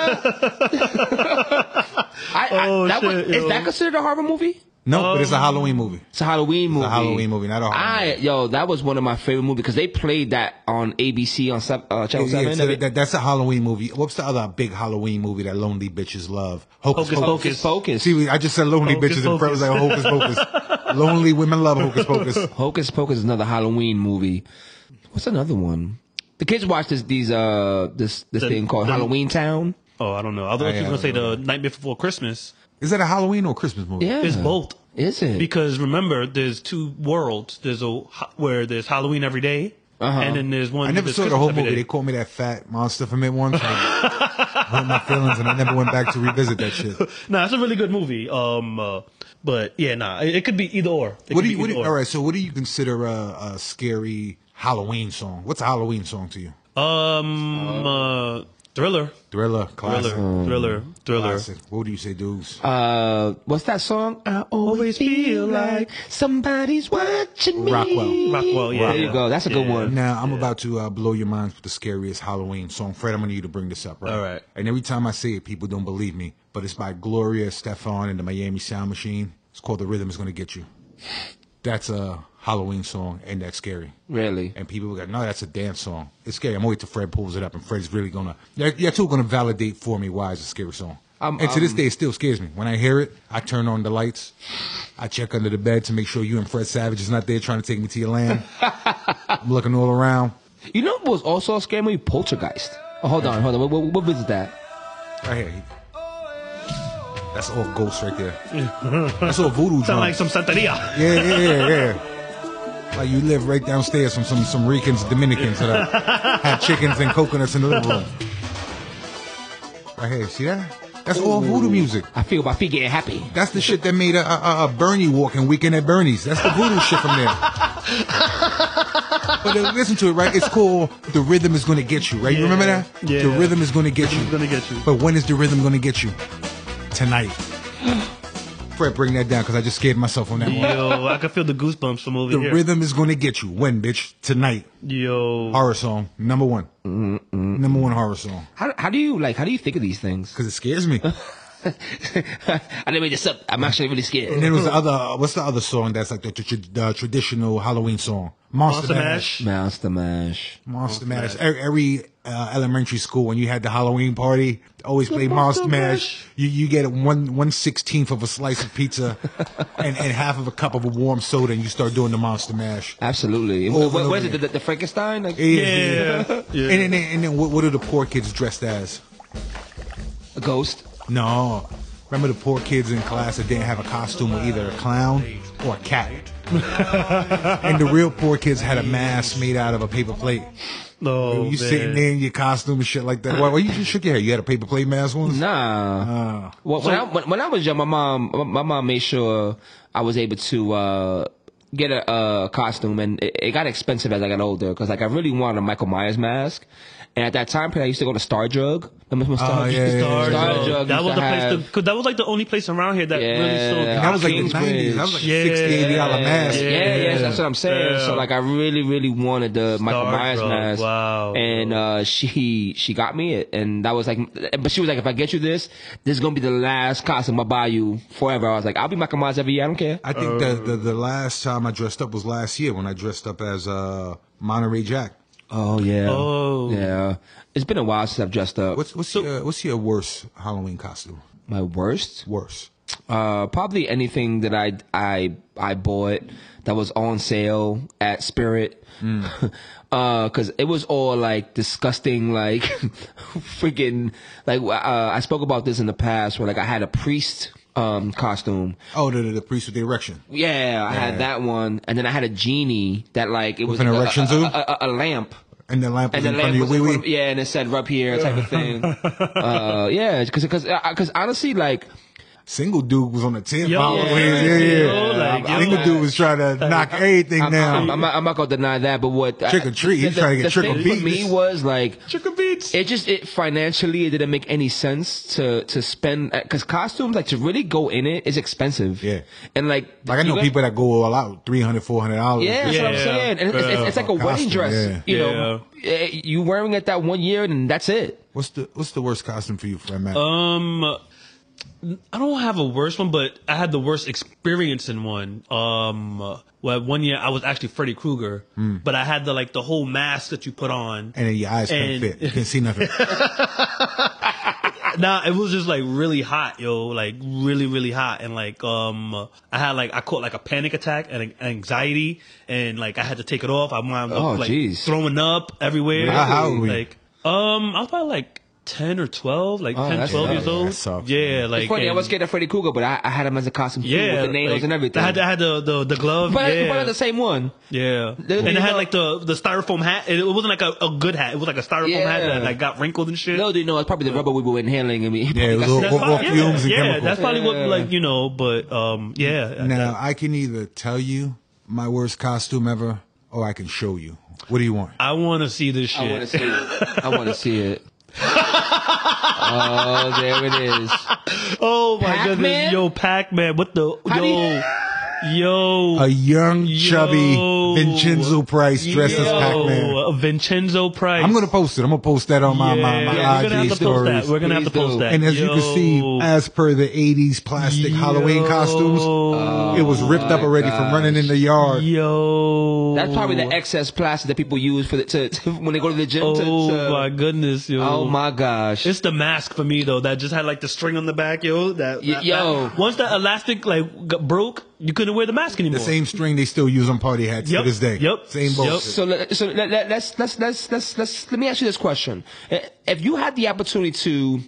Speaker 2: I, I,
Speaker 4: Oh,
Speaker 2: that was,
Speaker 4: shit,
Speaker 2: is
Speaker 4: yo.
Speaker 2: that considered a horror movie?
Speaker 3: No, but it's a Halloween movie.
Speaker 2: It's a Halloween movie.
Speaker 3: It's a Halloween movie, not a horror
Speaker 2: I
Speaker 3: movie.
Speaker 2: yo, that was one of my favorite movies because they played that on ABC on sub- uh,
Speaker 4: Oh,
Speaker 2: Channel
Speaker 3: Yeah,
Speaker 2: Seven.
Speaker 3: so that- that- that's a Halloween movie. What's the other big Halloween movie that lonely bitches love? Hocus,
Speaker 4: Hocus
Speaker 3: Pocus.
Speaker 2: Focus, focus,
Speaker 3: See, I just said lonely
Speaker 4: Hocus
Speaker 3: bitches and Fred was like Hocus Pocus. lonely women love Hocus Pocus.
Speaker 2: Hocus Pocus is another Halloween movie. What's another one? The kids watch this these uh this this
Speaker 4: The-
Speaker 2: thing called
Speaker 4: the-
Speaker 2: Halloween Town.
Speaker 4: Oh, I don't know. I thought you were
Speaker 3: yeah, I
Speaker 4: gonna say
Speaker 3: don't
Speaker 4: the night before Christmas.
Speaker 3: Is that a Halloween or Christmas movie?
Speaker 2: Yeah,
Speaker 4: It's both.
Speaker 2: Is it?
Speaker 4: Because remember, there's two worlds. There's a ho- where there's Halloween every day, and then there's one.
Speaker 3: Uh-huh. I never
Speaker 4: that's
Speaker 3: saw the
Speaker 4: Christmas
Speaker 3: whole
Speaker 4: every
Speaker 3: movie.
Speaker 4: day.
Speaker 3: They called me that fat monster from it once. and I hurt my feelings, and I never went back to revisit that shit.
Speaker 4: nah, it's a really good movie. Um, uh, but yeah, nah, it, it could be either or. It could
Speaker 3: What do you?
Speaker 4: be
Speaker 3: What do,
Speaker 4: either
Speaker 3: you-
Speaker 4: or.
Speaker 3: all right. So, what do you consider a, a scary Halloween song? What's a Halloween song to you?
Speaker 4: Um, uh, thriller,
Speaker 3: Thriller, classic,
Speaker 4: thriller, thriller, thriller.
Speaker 3: classic. What do you say, dudes?
Speaker 2: uh, what's that song? I always feel like somebody's watching me.
Speaker 3: Rockwell.
Speaker 4: Rockwell, yeah,
Speaker 2: There you
Speaker 4: yeah.
Speaker 2: go. That's a good
Speaker 4: Yeah.
Speaker 2: one.
Speaker 3: Now I'm about to uh, blow your minds with the scariest Halloween song. Fred, I'm gonna need you to bring this up, right?
Speaker 4: All right.
Speaker 3: And every time I say it, people don't believe me. But it's by Gloria Stefan and the Miami Sound Machine. It's called "The Rhythm Is Gonna Get You." That's a Halloween song, and that's scary.
Speaker 2: Really?
Speaker 3: And people go, "No, that's a dance song. It's scary." I'm gonna wait till Fred pulls it up, and Fred's really gonna. You're, you're too gonna validate for me why it's a scary song.
Speaker 4: Um,
Speaker 2: I'm-
Speaker 3: and to this
Speaker 2: I'm-
Speaker 3: day, it still scares me. When I hear it, I turn on the lights. I check under the bed to make sure you and Fred Savage is not there trying to take me to your land. I'm looking all around.
Speaker 2: You know what was also a scary movie? Poltergeist. Oh, hold on, hold on. What, what, what was that?
Speaker 3: Right here. That's all ghosts right there. That's all voodoo
Speaker 4: Sound
Speaker 3: drum.
Speaker 4: like some Santeria.
Speaker 3: yeah, yeah, yeah, yeah. Like you live right downstairs from some some Ricans, Dominicans that are- have chickens and coconuts in the living room. Right here, see that? That's all voodoo music.
Speaker 2: I feel my feet getting happy.
Speaker 3: That's the shit that made a, a, a Bernie walking weekend at Bernie's. That's the voodoo shit from there. but uh, listen to it, right? It's called "The Rhythm Is Gonna Get You," right? you remember that?
Speaker 4: Yeah.
Speaker 3: The rhythm is gonna get you.
Speaker 4: gonna get you.
Speaker 3: But when is the rhythm gonna get you? Tonight. Fred, bring that down because I just scared myself on that one.
Speaker 4: Yo, I can feel the goosebumps from over
Speaker 3: The
Speaker 4: here.
Speaker 3: rhythm is gonna get you. When, bitch? Tonight.
Speaker 4: Yo,
Speaker 3: Horror song number one. Number one horror song
Speaker 2: How, how do you like? How do you think of these things?
Speaker 3: because it scares me.
Speaker 2: I didn't make this up. I'm actually really scared.
Speaker 3: And then it was the other. uh, What's the other song that's like the, tr- the traditional Halloween song?
Speaker 4: Monster
Speaker 3: Monster, Mash.
Speaker 4: Mash.
Speaker 2: Monster Mash.
Speaker 3: Monster Mash. Every, every uh, elementary school, when you had the Halloween party, always play Monster
Speaker 4: Monster
Speaker 3: Mash.
Speaker 4: Mash.
Speaker 3: You you get one one sixteenth of a slice of pizza, and, and half of a cup of a warm soda, and you start doing the Monster Mash.
Speaker 2: Absolutely. What
Speaker 3: Over and
Speaker 2: was
Speaker 3: over
Speaker 2: it? The, the Frankenstein? Like,
Speaker 4: Yeah. Yeah.
Speaker 3: And then, and then what, what are the poor kids dressed as?
Speaker 2: A ghost?
Speaker 3: No. Remember the poor kids in class that didn't have a costume were either a clown or a cat. and the real poor kids had a mask made out of a paper plate.
Speaker 4: No,
Speaker 2: Oh,
Speaker 3: you
Speaker 4: Oh, man.
Speaker 3: sitting there in your costume and shit like that. Why, why you just shook your head? You had a paper plate mask Uh, once?
Speaker 2: Nah. Uh, well, when, I, when, when I was young, my mom, my- my mom made sure I was able to uh, get a, a costume, and it, it got expensive as I got older because like I really wanted a Michael Myers mask. And at that time period, I used to go to Star Drug. Remember when Star Drug?
Speaker 3: Oh, yeah, yeah,
Speaker 4: Star
Speaker 3: yeah.
Speaker 2: Star
Speaker 4: Drug.
Speaker 2: Drug
Speaker 4: That
Speaker 2: used
Speaker 4: was
Speaker 2: to
Speaker 4: the place.
Speaker 2: have-
Speaker 4: to- Cause that was like the only place around here that
Speaker 2: Yeah.
Speaker 4: really sold.
Speaker 3: That was like
Speaker 2: Kingsbridge.
Speaker 3: the 90s. That was like
Speaker 4: Yeah.
Speaker 3: a 60, 80 dollar mask.
Speaker 2: Yeah,
Speaker 4: Yeah.
Speaker 2: yeah, that's what I'm saying.
Speaker 4: Yeah.
Speaker 2: So like, I really, really wanted the Michael Myers
Speaker 4: Drug,
Speaker 2: mask.
Speaker 4: wow.
Speaker 2: And uh, she she got me it, and that was like, but she was like, if I get you this, this is gonna be the last costume I buy you forever. I was like, I'll be Michael Myers every year. I don't care.
Speaker 3: I think the, the,
Speaker 2: Oh.
Speaker 3: the last time I dressed up was last year when I dressed up as uh, Monterey Jack.
Speaker 2: Oh yeah.
Speaker 4: Oh.
Speaker 2: yeah. It's been a while since I've dressed up.
Speaker 3: What's what's your what's your worst Halloween costume?
Speaker 2: my worst?
Speaker 3: Worst.
Speaker 2: Uh, probably anything that I I I bought that was on sale at Spirit.
Speaker 3: Mm.
Speaker 2: Uh, 'cause it was all like disgusting, like freaking, like uh, I spoke about this in the past where like I had a priest um costume.
Speaker 3: Oh, the, the, the priest with the erection.
Speaker 2: Yeah, I had
Speaker 3: Yeah.
Speaker 2: that one, and then I had a genie that like it was
Speaker 3: an
Speaker 2: like, a-
Speaker 3: erection
Speaker 2: a-
Speaker 3: too?
Speaker 2: a, a, a lamp.
Speaker 3: And the lamp
Speaker 2: and
Speaker 3: was
Speaker 2: the
Speaker 3: in
Speaker 2: lamp
Speaker 3: front of your
Speaker 2: was in
Speaker 3: wee
Speaker 2: front of-
Speaker 3: wee.
Speaker 2: yeah, and it said rub here type of thing. uh, yeah, because because because uh, honestly, like
Speaker 3: Single dude was on the 10th
Speaker 4: Yo,
Speaker 3: mile.
Speaker 4: yeah,
Speaker 3: Yeah, yeah,
Speaker 4: yo, like,
Speaker 2: yo,
Speaker 3: Single
Speaker 2: like-
Speaker 3: dude was trying to knock everything
Speaker 2: I'm,
Speaker 3: down.
Speaker 2: I'm, I'm, not, I'm not gonna deny that, but what
Speaker 3: Trick or treat,
Speaker 2: the-
Speaker 3: he's trying to get
Speaker 2: the
Speaker 3: trick or
Speaker 2: thing For
Speaker 3: beats.
Speaker 2: me, was like
Speaker 4: Trick or beats.
Speaker 2: it just it financially it didn't make any sense to to spend because costumes like to really go in it is expensive.
Speaker 3: Yeah.
Speaker 2: and like
Speaker 3: like, I
Speaker 2: you
Speaker 3: know
Speaker 2: got-
Speaker 3: people that go all out, 300 $400.
Speaker 2: Yeah, that's what I'm
Speaker 4: Yeah.
Speaker 2: saying. And it's, it's, it's like a
Speaker 3: Costume,
Speaker 2: wedding dress.
Speaker 3: yeah.
Speaker 2: You know, Eh, you wearing it that one year and that's it.
Speaker 3: What's the what's the worst costume for you, friend Matt?
Speaker 4: Um, I don't have a worse one, but I had the worst experience in one. Um, well, one year I was actually Freddy Krueger, but I had the like the whole mask that you put on.
Speaker 3: Hmm. and then your eyes couldn't
Speaker 4: and-
Speaker 3: fit. You couldn't see nothing.
Speaker 4: Nah, it was just like really hot, yo, like really, really hot, and like um, I had like I caught like a panic attack and an- anxiety, and like I had to take it off. I wound up
Speaker 2: Oh,
Speaker 4: like
Speaker 2: jeez.
Speaker 4: throwing up everywhere.
Speaker 3: How- how old were you?
Speaker 4: like um, I was probably like ten or twelve, like
Speaker 2: Oh,
Speaker 4: ten, twelve
Speaker 2: that's-
Speaker 4: 12 years
Speaker 3: yeah,
Speaker 4: old.
Speaker 3: that sucks,
Speaker 4: yeah,
Speaker 3: man.
Speaker 4: like
Speaker 2: Funny, I
Speaker 4: and-
Speaker 2: was scared of Freddy Krueger, but I, I had him as a costume too,
Speaker 4: yeah,
Speaker 2: with the nails
Speaker 4: like,
Speaker 2: and everything.
Speaker 4: I had, I had the, the the glove,
Speaker 2: but, I,
Speaker 4: yeah,
Speaker 2: but I had the same one.
Speaker 4: yeah,
Speaker 2: There-
Speaker 4: and
Speaker 2: you
Speaker 4: it had
Speaker 2: know-
Speaker 4: like the the styrofoam hat. It, it wasn't like a, a good hat. It was like a styrofoam
Speaker 2: Yeah.
Speaker 4: hat that like got wrinkled and shit.
Speaker 2: No, do you know it's probably the rubber we were inhaling. and we
Speaker 3: Yeah, it was all-
Speaker 4: that's
Speaker 3: all- all
Speaker 4: probably, yeah,
Speaker 3: fumes and
Speaker 4: yeah,
Speaker 3: chemicals.
Speaker 4: that's probably
Speaker 2: Yeah.
Speaker 4: what like you know. But um, yeah,
Speaker 3: now, I can either tell you my worst costume ever, or I can show you. What do you want?
Speaker 4: I want to see this shit.
Speaker 2: I want to see it. I want to see it. oh, there it is.
Speaker 4: oh my
Speaker 2: Pac-Man?
Speaker 4: goodness, yo, Pac Man, what the
Speaker 2: How do
Speaker 4: yo, yo,
Speaker 3: A young, chubby
Speaker 4: Yo.
Speaker 3: Vincenzo Price dressed as
Speaker 4: yo,
Speaker 3: Pac-Man.
Speaker 4: Vincenzo Price.
Speaker 3: I'm gonna post it. I'm gonna post that on my my, my
Speaker 4: yeah, we're gonna
Speaker 3: IG
Speaker 4: have to post
Speaker 3: stories.
Speaker 4: that. We're gonna have to
Speaker 2: Please
Speaker 4: post
Speaker 2: do.
Speaker 4: that.
Speaker 3: And as you can see,
Speaker 4: Yo.
Speaker 3: as per the 80s plastic Halloween
Speaker 4: Yo. Oh
Speaker 3: costumes, it was ripped up
Speaker 2: my
Speaker 3: already from
Speaker 2: gosh.
Speaker 3: running in the yard.
Speaker 4: Yo,
Speaker 2: Uh, That's probably the excess plastic that people use for the, to, to- when they go to the gym.
Speaker 4: Oh
Speaker 2: to, to-
Speaker 4: my goodness, yo.
Speaker 2: oh my gosh.
Speaker 4: It's the mask for me though that just had like the string on the back, yo. That,
Speaker 2: Y-
Speaker 4: that-
Speaker 2: yo.
Speaker 4: that- once that elastic like got broke, you couldn't wear the mask anymore.
Speaker 3: The same string they still use on party hats
Speaker 4: Yep,
Speaker 3: to this day.
Speaker 4: yep,
Speaker 3: Same
Speaker 4: yep.
Speaker 3: bullshit.
Speaker 2: so let, so let, let, let's let's let's let's let's let me ask you this question: Eh, If you had the opportunity to,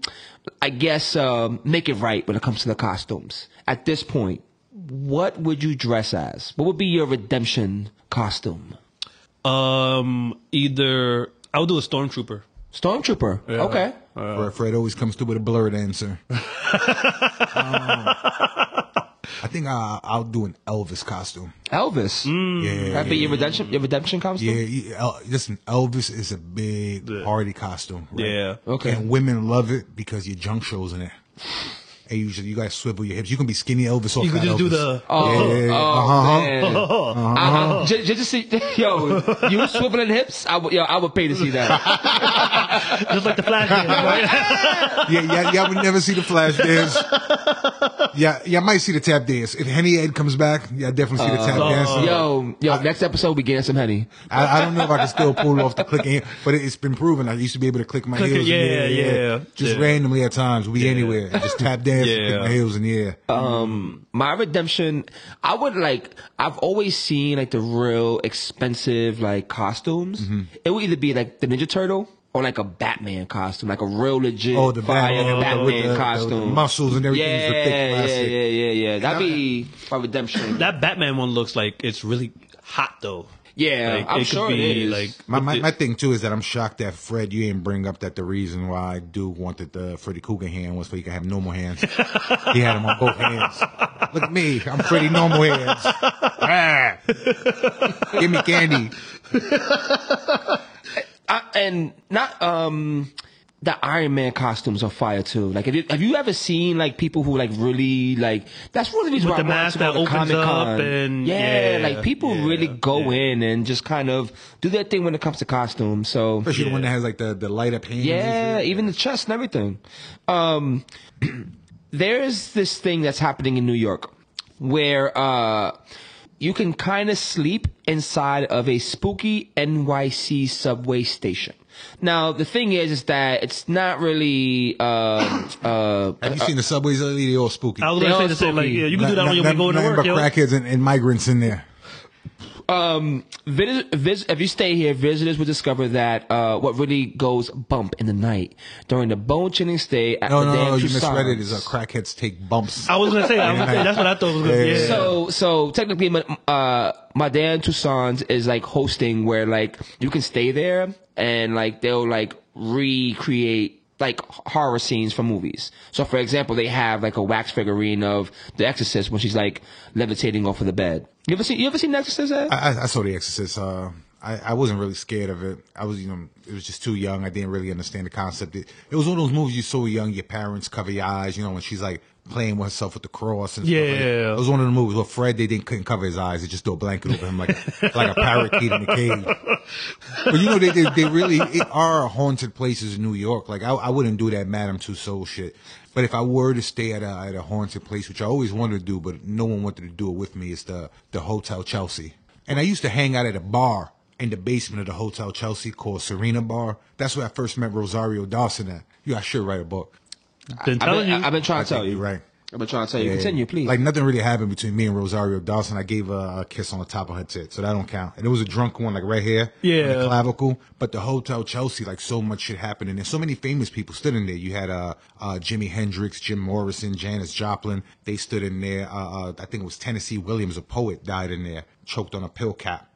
Speaker 2: I guess, um, make it right when it comes to the costumes at this point, what would you dress as? What would be your redemption costume?
Speaker 4: Um, either I would do a stormtrooper.
Speaker 2: Stormtrooper. Okay.
Speaker 3: Fred, Fred always comes through with a blurred answer. Um, I think I, I'll do an Elvis costume.
Speaker 2: Elvis.
Speaker 4: Hmm.
Speaker 3: Yeah.
Speaker 2: That'd be your redemption. Your redemption costume.
Speaker 3: Yeah, you- El- listen, Elvis is a big party costume. right?
Speaker 4: Yeah.
Speaker 2: Okay.
Speaker 3: And women love it because your junk shows in it. and you just, you guys swivel your hips. You can be skinny Elvis or
Speaker 4: You
Speaker 3: fat
Speaker 4: could just do
Speaker 3: Elvis.
Speaker 4: the-
Speaker 2: Oh,
Speaker 3: yeah, yeah, yeah.
Speaker 2: oh,
Speaker 3: Uh-huh.
Speaker 2: man. Uh, ju- ju- just see, yo, you swiveling hips. I would, yo, I would pay to see
Speaker 3: Uh-huh.
Speaker 2: that.
Speaker 4: just like the flash dance, right?
Speaker 3: yeah, yeah, yeah. We never see the flash dance. Yeah, yeah. I might see the tap dance if Henny Ed comes back. Yeah, I definitely see the
Speaker 4: Uh-huh.
Speaker 3: tap dance.
Speaker 2: Yo, yo, next episode we getting some henny.
Speaker 3: I, I don't know if I can still pull off the clicking, heel, but it, it's been proven. I used to be able to click my
Speaker 4: Click it,
Speaker 3: heels. in the air,
Speaker 4: yeah, yeah,
Speaker 3: Just
Speaker 4: yeah.
Speaker 3: randomly at times, we anywhere, and just tap dance, and
Speaker 4: Yeah.
Speaker 3: click my heels in the air.
Speaker 2: Um, my redemption, I would like. I've always seen like the real expensive like costumes.
Speaker 3: Mm-hmm.
Speaker 2: It would either be like the Ninja Turtle or like a Batman costume, like a real legit
Speaker 3: Oh, the
Speaker 2: fire
Speaker 3: Batman,
Speaker 2: Batman
Speaker 3: with the- the-
Speaker 2: costume,
Speaker 3: the muscles and everything
Speaker 2: Yeah,
Speaker 3: is the thick
Speaker 2: yeah,
Speaker 3: plastic.
Speaker 2: yeah, yeah, yeah. That'd be my redemption.
Speaker 4: that Batman one looks like it's really hot though.
Speaker 2: Yeah,
Speaker 4: Like,
Speaker 2: I'm
Speaker 4: could
Speaker 2: sure it is.
Speaker 3: My, my,
Speaker 4: with
Speaker 3: my
Speaker 4: the-
Speaker 3: thing too is that I'm shocked that Fred, you didn't bring up that the reason why I do wanted the Freddy Cougar hand was so he could have normal hands. he had him on both hands. Look at me, I'm Freddy normal hands. Ah. Give me candy.
Speaker 2: I, and not um the Iron Man costumes are fire too. Like, have you, have you ever seen like people who like really like? That's one of the reasons
Speaker 4: With
Speaker 2: why
Speaker 4: the
Speaker 2: I wanted
Speaker 4: mask
Speaker 2: to go
Speaker 4: that
Speaker 2: to
Speaker 4: opens
Speaker 2: Comic
Speaker 4: up
Speaker 2: Con.
Speaker 4: and-
Speaker 2: yeah,
Speaker 4: yeah,
Speaker 2: like people
Speaker 4: yeah,
Speaker 2: really go
Speaker 4: yeah.
Speaker 2: in and just kind of do their thing when it comes to costumes. So
Speaker 3: Especially the one
Speaker 4: Yeah.
Speaker 3: that has like the, the light up hands.
Speaker 2: yeah, even the chest and everything. Um, there's this thing that's happening in New York where uh, you can kind of sleep inside of a spooky NYC subway station. Now the thing is, is that it's not really. Uh, uh,
Speaker 3: Have you seen the subways lately? They're all spooky.
Speaker 4: I was
Speaker 2: They
Speaker 4: gonna say
Speaker 2: all
Speaker 4: the same. Like,
Speaker 2: spooky.
Speaker 4: yeah, you can do that
Speaker 3: Not-
Speaker 4: when you're
Speaker 3: not-
Speaker 4: going to
Speaker 3: nothing
Speaker 4: work.
Speaker 3: but
Speaker 4: Yo.
Speaker 3: crackheads and, and migrants in there.
Speaker 2: um, vis- vis- if you stay here, visitors will discover that uh, what really goes bump in the night during the bone chilling stay at
Speaker 3: No,
Speaker 2: the
Speaker 3: no,
Speaker 2: Dan
Speaker 3: no, you
Speaker 2: Toussainds.
Speaker 3: misread it. It's uh, crackheads take bumps.
Speaker 4: I was gonna say. I was gonna say that's what I thought was gonna. Yeah.
Speaker 3: Yeah.
Speaker 2: So so technically, ma- uh, Madame Tussauds is like hosting where like you can stay there and like they'll like recreate like horror scenes from movies. So for example, they have like a wax figurine of The Exorcist when she's like levitating off of the bed. You ever seen you ever seen The Exorcist? Ed?
Speaker 3: I, I- I saw The Exorcist. Uh, I, I wasn't really scared of it. I was, you know, it was just too young. I didn't really understand the concept. It, it was one of those movies you saw young. Your parents cover your eyes, you know, when she's like playing with herself with the cross. And stuff like that.
Speaker 4: Yeah.
Speaker 3: it was one of the movies where Fred they didn't couldn't cover his eyes. They just threw a blanket over him like like a parakeet in a cage. But you know, they they, they really it are haunted places in New York. Like I, I wouldn't do that Madame Tussauds shit. But if I were to stay at a, at a haunted place, which I always wanted to do, but no one wanted to do it with me, it's the the Hotel Chelsea. And I used to hang out at a bar in the basement of the Hotel Chelsea called Serena Bar. That's where I first met Rosario Dawson at. You, I should write a book.
Speaker 4: Been
Speaker 2: I've
Speaker 4: telling
Speaker 2: been,
Speaker 4: you.
Speaker 2: I've been trying to
Speaker 3: I
Speaker 2: tell
Speaker 3: think
Speaker 2: you.
Speaker 3: you're right.
Speaker 2: I've been trying to tell you.
Speaker 3: Yeah.
Speaker 2: Continue, please.
Speaker 3: Like nothing really happened between me and Rosario Dawson. I gave her a kiss on the top of her tit, so that don't count. And it was a drunk one, like right here, on
Speaker 4: Yeah.
Speaker 3: the clavicle. But the Hotel Chelsea, like so much shit happened, and there's so many famous people stood in there. You had uh, uh Jimi Hendrix, Jim Morrison, Janis Joplin. They stood in there. Uh, uh, I think it was Tennessee Williams, a poet, died in there, choked on a pill cap.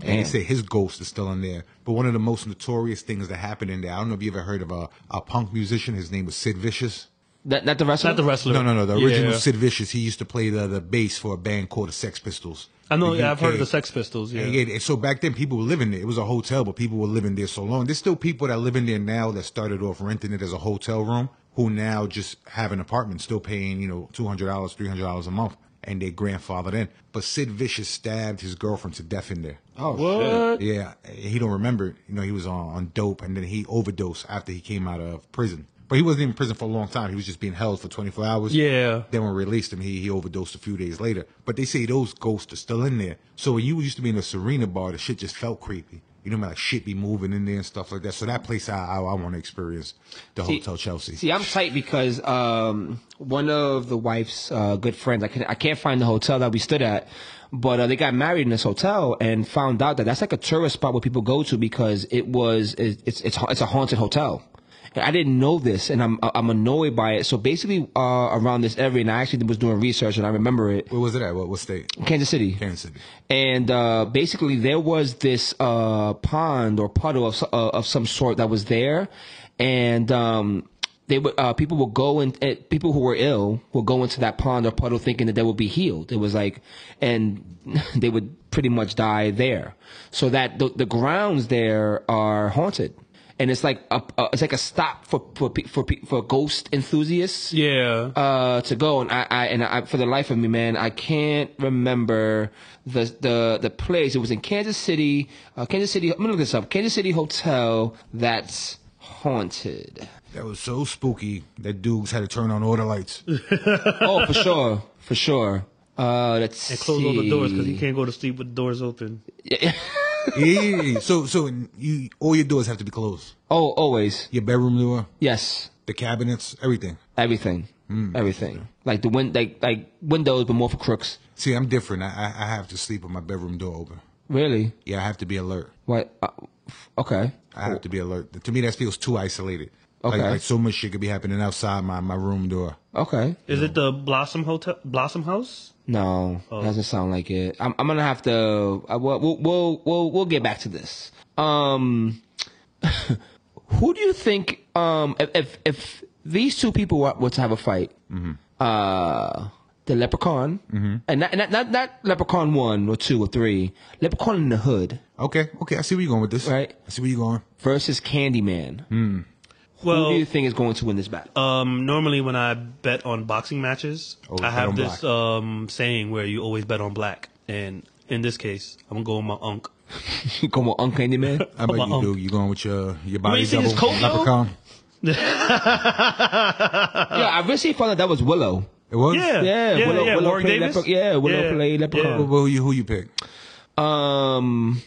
Speaker 3: And they say his ghost is still in there. But one of the most notorious things that happened in there, I don't know if you ever heard of a, a punk musician. His name was Sid Vicious.
Speaker 2: not, not the wrestler.
Speaker 4: Not the wrestler.
Speaker 3: No, no, no. The original
Speaker 4: Yeah.
Speaker 3: Sid Vicious. He used to play the, the bass for a band called the Sex Pistols.
Speaker 4: I know.
Speaker 3: The
Speaker 4: Yeah, I've heard of
Speaker 3: UK.
Speaker 4: the Sex Pistols. Yeah.
Speaker 3: And yeah, and so back then people were living there. It was a hotel, but people were living there so long. There's still people that live in there now that started off renting it as a hotel room, who now just have an apartment, still paying you know two hundred dollars, three hundred dollars a month, and their grandfathered in. But Sid Vicious stabbed his girlfriend to death in there.
Speaker 2: Oh,
Speaker 4: What?
Speaker 3: Yeah, he don't remember. You know, he was on, on dope, and then he overdosed after he came out of prison. But he wasn't in prison for a long time. He was just being held for 24 hours.
Speaker 4: Yeah.
Speaker 3: Then when we released him, he, he overdosed a few days later. But they say those ghosts are still in there. So when you used to be in a Serena bar, the shit just felt creepy. You know, what I mean? like shit be moving in there and stuff like that. So that place, I I, I want to experience the Hotel Chelsea.
Speaker 2: See, I'm tight because um, one of the wife's uh, good friends. I can I can't find the hotel that we stood at, but uh, they got married in this hotel and found out that that's like a tourist spot where people go to because it was it's it's it's, it's a haunted hotel. And I didn't know this, and I'm I'm annoyed by it. So basically, uh, around this area, and I actually was doing research, and I remember it,
Speaker 3: Where was it at? What, what state?
Speaker 2: Kansas City.
Speaker 3: Kansas City.
Speaker 2: and uh, basically there was this uh, pond or puddle of so- uh, of some sort that was there, and um, they would uh, people would go and uh, people who were ill would go into that pond or puddle thinking that they would be healed. It was like, and they would pretty much die there. So that the, the grounds there are haunted. and it's like a, a it's like a stop for for pe- for pe- for ghost enthusiasts
Speaker 4: Yeah.
Speaker 2: uh to go and I, I and I for the life of me man I can't remember the the the place it was in Kansas City uh, Kansas City I'm gonna look this up Kansas City hotel that's haunted
Speaker 3: That was so spooky that dudes had to turn on all the lights.
Speaker 2: oh for sure for sure uh let's
Speaker 4: and close all the doors because
Speaker 2: see.
Speaker 4: he can't go to sleep with the doors open.
Speaker 3: yeah. So so you all your doors have to be closed.
Speaker 2: oh always
Speaker 3: Your bedroom door,
Speaker 2: yes
Speaker 3: the cabinets, everything.
Speaker 2: everything
Speaker 4: Hmm.
Speaker 2: everything like the win like like windows but more for crooks
Speaker 3: See, I'm different. I I, I have to sleep with my bedroom door open.
Speaker 2: really
Speaker 3: Yeah, I have to be alert.
Speaker 2: what uh, f- okay
Speaker 3: I have to be alert. To me, that feels too isolated. Like,
Speaker 2: Okay.
Speaker 3: like so much shit could be happening outside my, my room door.
Speaker 2: okay
Speaker 4: Is it the Blossom Hotel, Blossom House?
Speaker 2: No, doesn't sound like it. I'm, I'm gonna have to. I, we'll, we'll- we'll we'll we'll get back to this. Um, who do you think? Um, if if, if these two people were, were to have a fight, uh, the leprechaun, and not, not not not leprechaun one or two or three, leprechaun in the hood
Speaker 3: Okay, okay, I see where you're going with this.
Speaker 2: Right.
Speaker 3: I see where you're going.
Speaker 2: versus Candyman. who do
Speaker 4: Well,
Speaker 2: you think is going to win this battle?
Speaker 4: um, normally when I bet on boxing matches,
Speaker 2: Oh,
Speaker 4: I
Speaker 3: Always bet
Speaker 4: have
Speaker 3: on
Speaker 4: this
Speaker 3: black.
Speaker 4: um, saying where you always bet on black. And in this case, I'm going to go with my unk.
Speaker 2: Come on, on Candyman.
Speaker 3: I bet
Speaker 4: my
Speaker 3: you
Speaker 4: own.
Speaker 3: do. You're going with your your body
Speaker 4: you seen his
Speaker 3: double.
Speaker 4: coat, though?
Speaker 3: leprechaun.
Speaker 2: yeah, I recently found out that was Willow.
Speaker 3: It was.
Speaker 4: Yeah.
Speaker 2: Yeah,
Speaker 4: Yeah,
Speaker 2: Willow,
Speaker 4: yeah,
Speaker 2: Willow
Speaker 4: Warwick
Speaker 2: played
Speaker 4: Davis?
Speaker 2: Lepre- yeah, Willow
Speaker 4: Yeah,
Speaker 2: played Leprechaun.
Speaker 3: Who, who you who you pick?
Speaker 2: um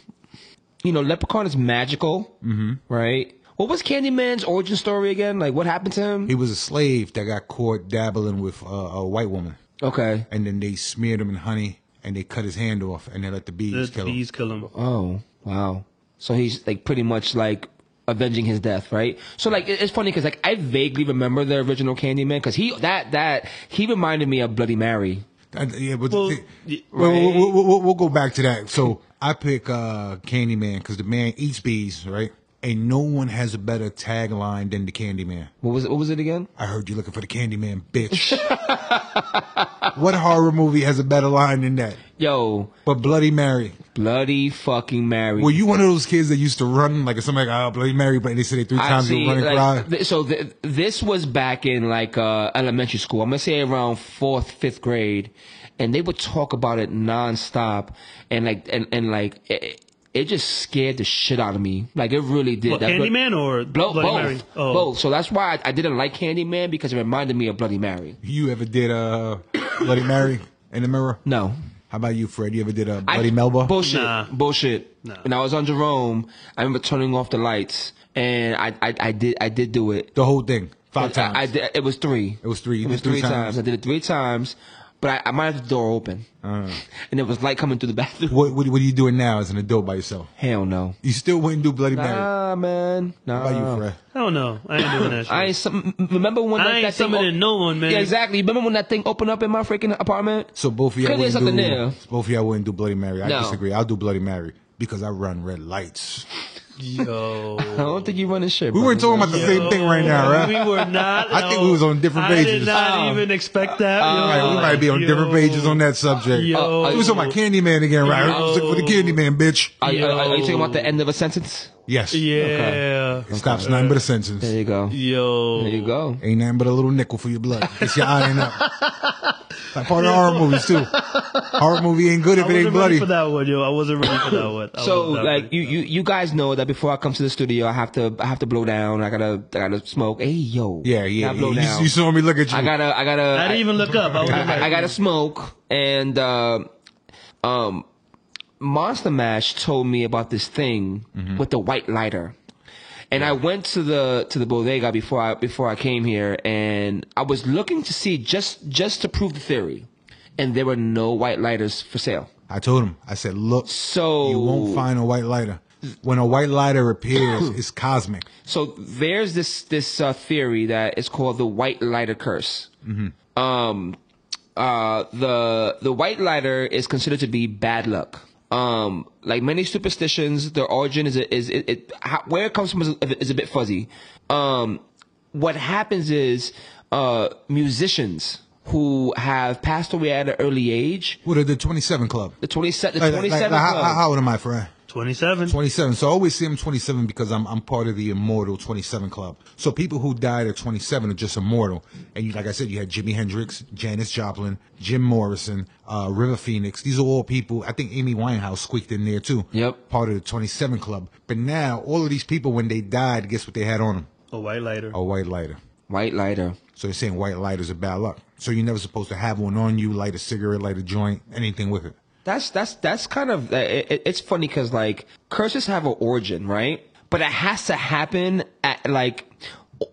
Speaker 2: you know leprechaun is magical mm-hmm. right what was candyman's origin story again like what happened to him
Speaker 3: He was a slave that got caught dabbling with uh, a white woman,
Speaker 2: okay
Speaker 3: and then they smeared him in honey, and they cut his hand off, and they let the bees
Speaker 4: The
Speaker 3: kill him.
Speaker 4: bees kill him.
Speaker 2: oh wow so he's like pretty much like avenging his death right so like it- it's funny because like i vaguely remember the original candyman because he that that he reminded me of bloody mary
Speaker 3: Uh, yeah, but
Speaker 4: Well,
Speaker 3: the,
Speaker 4: y-
Speaker 3: well, we'll, we'll, we'll- we'll go back to that. So I pick uh, Candyman because the man eats bees, right? And no one has a better tagline than the Candyman.
Speaker 2: what was it what was it again
Speaker 3: I heard you looking for the Candyman, bitch. what horror movie has a better line than that?
Speaker 2: yo
Speaker 3: But Bloody Mary.
Speaker 2: bloody fucking mary
Speaker 3: Were you one of those kids that used to run like if somebody like, oh, Bloody Mary, but they said it three
Speaker 2: I
Speaker 3: times
Speaker 2: see.
Speaker 3: you running
Speaker 2: Like,
Speaker 3: around?
Speaker 2: th- so th- this was back in like uh, elementary school. I'm gonna say around fourth, fifth grade, and they would talk about it nonstop, and like and and like it, it just scared the shit out of me. Like it really did.
Speaker 4: What,
Speaker 2: That blo-
Speaker 4: Candyman or
Speaker 2: Blo-
Speaker 4: Bloody
Speaker 2: both,
Speaker 4: Mary? Oh.
Speaker 2: both. So that's why I, I didn't like Candyman because it reminded me of Bloody Mary.
Speaker 3: You ever did uh Bloody Mary in the mirror?
Speaker 2: No.
Speaker 3: How about you, Fred? You ever did a
Speaker 2: I-
Speaker 3: Bloody Melba?
Speaker 2: Bullshit.
Speaker 4: Nah.
Speaker 2: Bullshit.
Speaker 4: Nah.
Speaker 2: When I was on Jerome, I remember turning off the lights, and I I, I did I did do it.
Speaker 3: the whole thing. Five
Speaker 2: I-
Speaker 3: times.
Speaker 2: I did- it was three.
Speaker 3: It was three. You
Speaker 2: It
Speaker 3: did
Speaker 2: was three,
Speaker 3: three
Speaker 2: times.
Speaker 3: times.
Speaker 2: I did it three times, but I, I might have the door open, and there was light coming through the bathroom.
Speaker 3: Uh. What, what what are you doing now as an adult by yourself?
Speaker 2: Hell no.
Speaker 3: You still wouldn't do Bloody Mary. How
Speaker 2: Nah, Uh, man. Nah.
Speaker 3: about you, Fred?
Speaker 4: I don't know. I ain't doing that shit.
Speaker 2: I ain't some, m- remember when
Speaker 4: I
Speaker 2: like,
Speaker 4: ain't
Speaker 2: that thing
Speaker 4: summoning no one, man.
Speaker 2: Yeah, exactly. Remember when that thing opened up in my freaking apartment?
Speaker 3: So both of y'all
Speaker 2: Clearly
Speaker 3: wouldn't
Speaker 2: something
Speaker 3: do.
Speaker 2: there.
Speaker 3: Both of y'all wouldn't do Bloody Mary. I
Speaker 2: No.
Speaker 3: disagree. I'll do Bloody Mary because I run red lights.
Speaker 2: I
Speaker 4: Yo.
Speaker 2: don't think you running shit.
Speaker 3: We weren't
Speaker 2: brother.
Speaker 3: talking about the same thing right now, right?
Speaker 4: We were not.
Speaker 3: I think we was on different
Speaker 4: I did
Speaker 3: pages.
Speaker 4: not
Speaker 2: Oh.
Speaker 4: even expect that.
Speaker 2: Uh,
Speaker 3: All right, we might be on
Speaker 4: Yo.
Speaker 3: different pages on that subject. Uh,
Speaker 4: Yo.
Speaker 3: It was on my Candyman again, right? I was looking for the Candyman, bitch.
Speaker 2: Are, you- are- are you
Speaker 4: Yo.
Speaker 2: talking about the end of a sentence?
Speaker 3: Yes.
Speaker 4: Yeah.
Speaker 3: It stops nothing but a sentence.
Speaker 2: There you go.
Speaker 4: Yo.
Speaker 2: There you go.
Speaker 3: Ain't nothing but a little nickel for your blood. It's your iron up. Like part of horror movies too. Horror movie ain't good if
Speaker 4: I
Speaker 3: it ain't
Speaker 4: wasn't ready
Speaker 3: bloody.
Speaker 4: for that one, yo. I wasn't ready for that one. I
Speaker 2: So
Speaker 4: was not
Speaker 2: like
Speaker 4: ready.
Speaker 2: you, you you guys know that before I come to the studio I have to I have to blow down I gotta I gotta smoke hey yo
Speaker 3: Yeah, yeah.
Speaker 2: Gotta blow
Speaker 3: You,
Speaker 2: down.
Speaker 3: you saw me look at you.
Speaker 2: I gotta I gotta
Speaker 4: I didn't even look up. I was
Speaker 2: I,
Speaker 4: like,
Speaker 2: I- I gotta smoke. And uh, um, Monster Mash told me about this thing
Speaker 3: Mm-hmm.
Speaker 2: with the white lighter. And I went to the to the bodega before I before I came here, and I was looking to see just just to prove the theory, and there were no white lighters for sale.
Speaker 3: I told him. I said, look,
Speaker 2: So-
Speaker 3: you won't find a white lighter. When a white lighter appears, it's cosmic.
Speaker 2: So there's this this uh, theory that is called the white lighter curse.
Speaker 3: Mm-hmm.
Speaker 2: Um, uh, the the white lighter is considered to be bad luck. Um, like many superstitions, their origin is is it, it how, where it comes from is, is a bit fuzzy. Um, what happens is uh, musicians who have passed away at an early age.
Speaker 3: What are the 27 Club?
Speaker 2: The twenty seven, the
Speaker 3: Like,
Speaker 2: twenty
Speaker 3: like,
Speaker 2: seven.
Speaker 3: like, how, how old am I, friend?
Speaker 4: 27.
Speaker 3: 27. So I always see I'm 27 because I'm I'm part of the immortal 27 club. So people who died at 27 are just immortal. And you, like I said, you had Jimi Hendrix, Janis Joplin, Jim Morrison, uh, River Phoenix. These are all people. I think Amy Winehouse squeaked in there too.
Speaker 2: Yep.
Speaker 3: Part of the 27 club. But now all of these people, when they died, guess what they had on them?
Speaker 4: A white lighter.
Speaker 3: A white lighter.
Speaker 2: White lighter.
Speaker 3: So they're saying white lighters are bad luck. So you're never supposed to have one on you, light a cigarette, light a joint, anything with it.
Speaker 2: That's that's that's kind of uh, it, it's funny because like curses have an origin, right? But it has to happen at like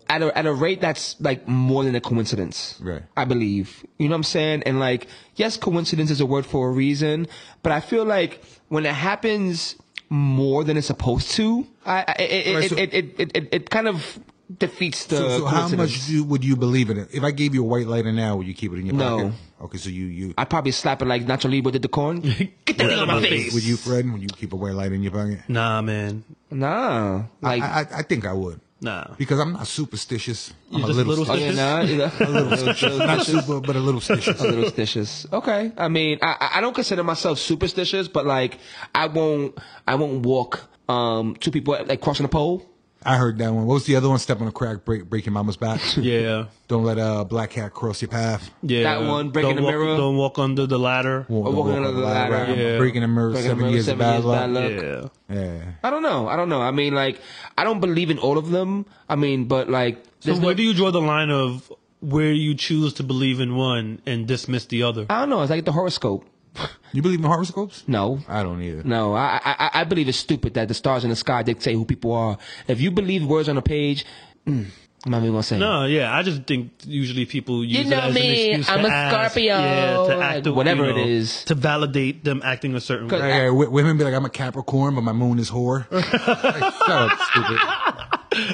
Speaker 2: at a at a rate that's like more than a coincidence,
Speaker 3: Right.
Speaker 2: I believe. You know what I'm saying? And like, yes, coincidence is a word for a reason, but I feel like when it happens more than it's supposed to, I, I it, it,
Speaker 3: Right, so-
Speaker 2: it, it, it, it it kind of defeats the
Speaker 3: So, so how
Speaker 2: coincidence.
Speaker 3: much do, you- would you believe in it? If I gave you a white lighter now, would you keep it in your
Speaker 2: No.
Speaker 3: pocket? Okay, so you you
Speaker 2: I probably slap it like Nacho Libre did the corn. Get that out of my face.
Speaker 3: would you, Fred? Would you keep a white lighter in your pocket?
Speaker 4: Nah, man.
Speaker 2: Nah, like.
Speaker 3: I, I I think I would
Speaker 4: Nah.
Speaker 3: because I'm not superstitious. I'm
Speaker 4: You're
Speaker 3: a
Speaker 4: just
Speaker 3: little,
Speaker 4: little
Speaker 2: Oh
Speaker 3: sti-
Speaker 2: yeah, nah, yeah.
Speaker 3: not super, but a little stitious.
Speaker 2: a little superstitious. Okay, I mean, I, I- I don't consider myself superstitious, but like, I won't, I won't walk um two people like crossing a pole.
Speaker 3: I heard that one. What was the other one? Step on a crack, break break your mama's back.
Speaker 4: Yeah.
Speaker 3: Don't let a black cat cross your path.
Speaker 4: Yeah.
Speaker 2: That one, breaking
Speaker 4: don't
Speaker 2: the
Speaker 4: walk,
Speaker 2: mirror.
Speaker 4: Don't walk under the ladder.
Speaker 2: Or
Speaker 3: Walk- don't
Speaker 2: walking
Speaker 3: walk
Speaker 2: under
Speaker 3: on
Speaker 2: the ladder.
Speaker 4: Yeah.
Speaker 3: Breaking a mirror,
Speaker 2: Breaking a
Speaker 3: seven
Speaker 2: mirror,
Speaker 3: years
Speaker 2: seven
Speaker 3: of bad
Speaker 2: years,
Speaker 3: luck.
Speaker 2: bad luck.
Speaker 4: Yeah.
Speaker 3: Yeah.
Speaker 2: I don't know, I don't know. I mean, like, I don't believe in all of them. I mean, but like,
Speaker 4: So
Speaker 2: there's no-
Speaker 4: where do you draw the line of where you choose to believe in one and dismiss the other?
Speaker 2: I don't know. It's like the horoscope.
Speaker 3: You believe in horoscopes?
Speaker 2: No,
Speaker 3: I don't either.
Speaker 2: No, I, I I- I believe it's stupid that the stars in the sky dictate who people are. If you believe words on a page, mm, I'm not even gonna say. it.
Speaker 4: No, yeah, I just think usually people use
Speaker 2: You know
Speaker 4: it as
Speaker 2: me,
Speaker 4: an excuse
Speaker 2: I'm
Speaker 4: to
Speaker 2: a
Speaker 4: ask,
Speaker 2: Scorpio,
Speaker 4: yeah, to
Speaker 2: like,
Speaker 4: act the-
Speaker 2: whatever
Speaker 4: you know,
Speaker 2: it is.
Speaker 4: to validate them acting a certain way.
Speaker 2: Cause-
Speaker 3: Like, yeah, w- women be like, I'm a Capricorn, but my moon is whore. like, shut up, stupid.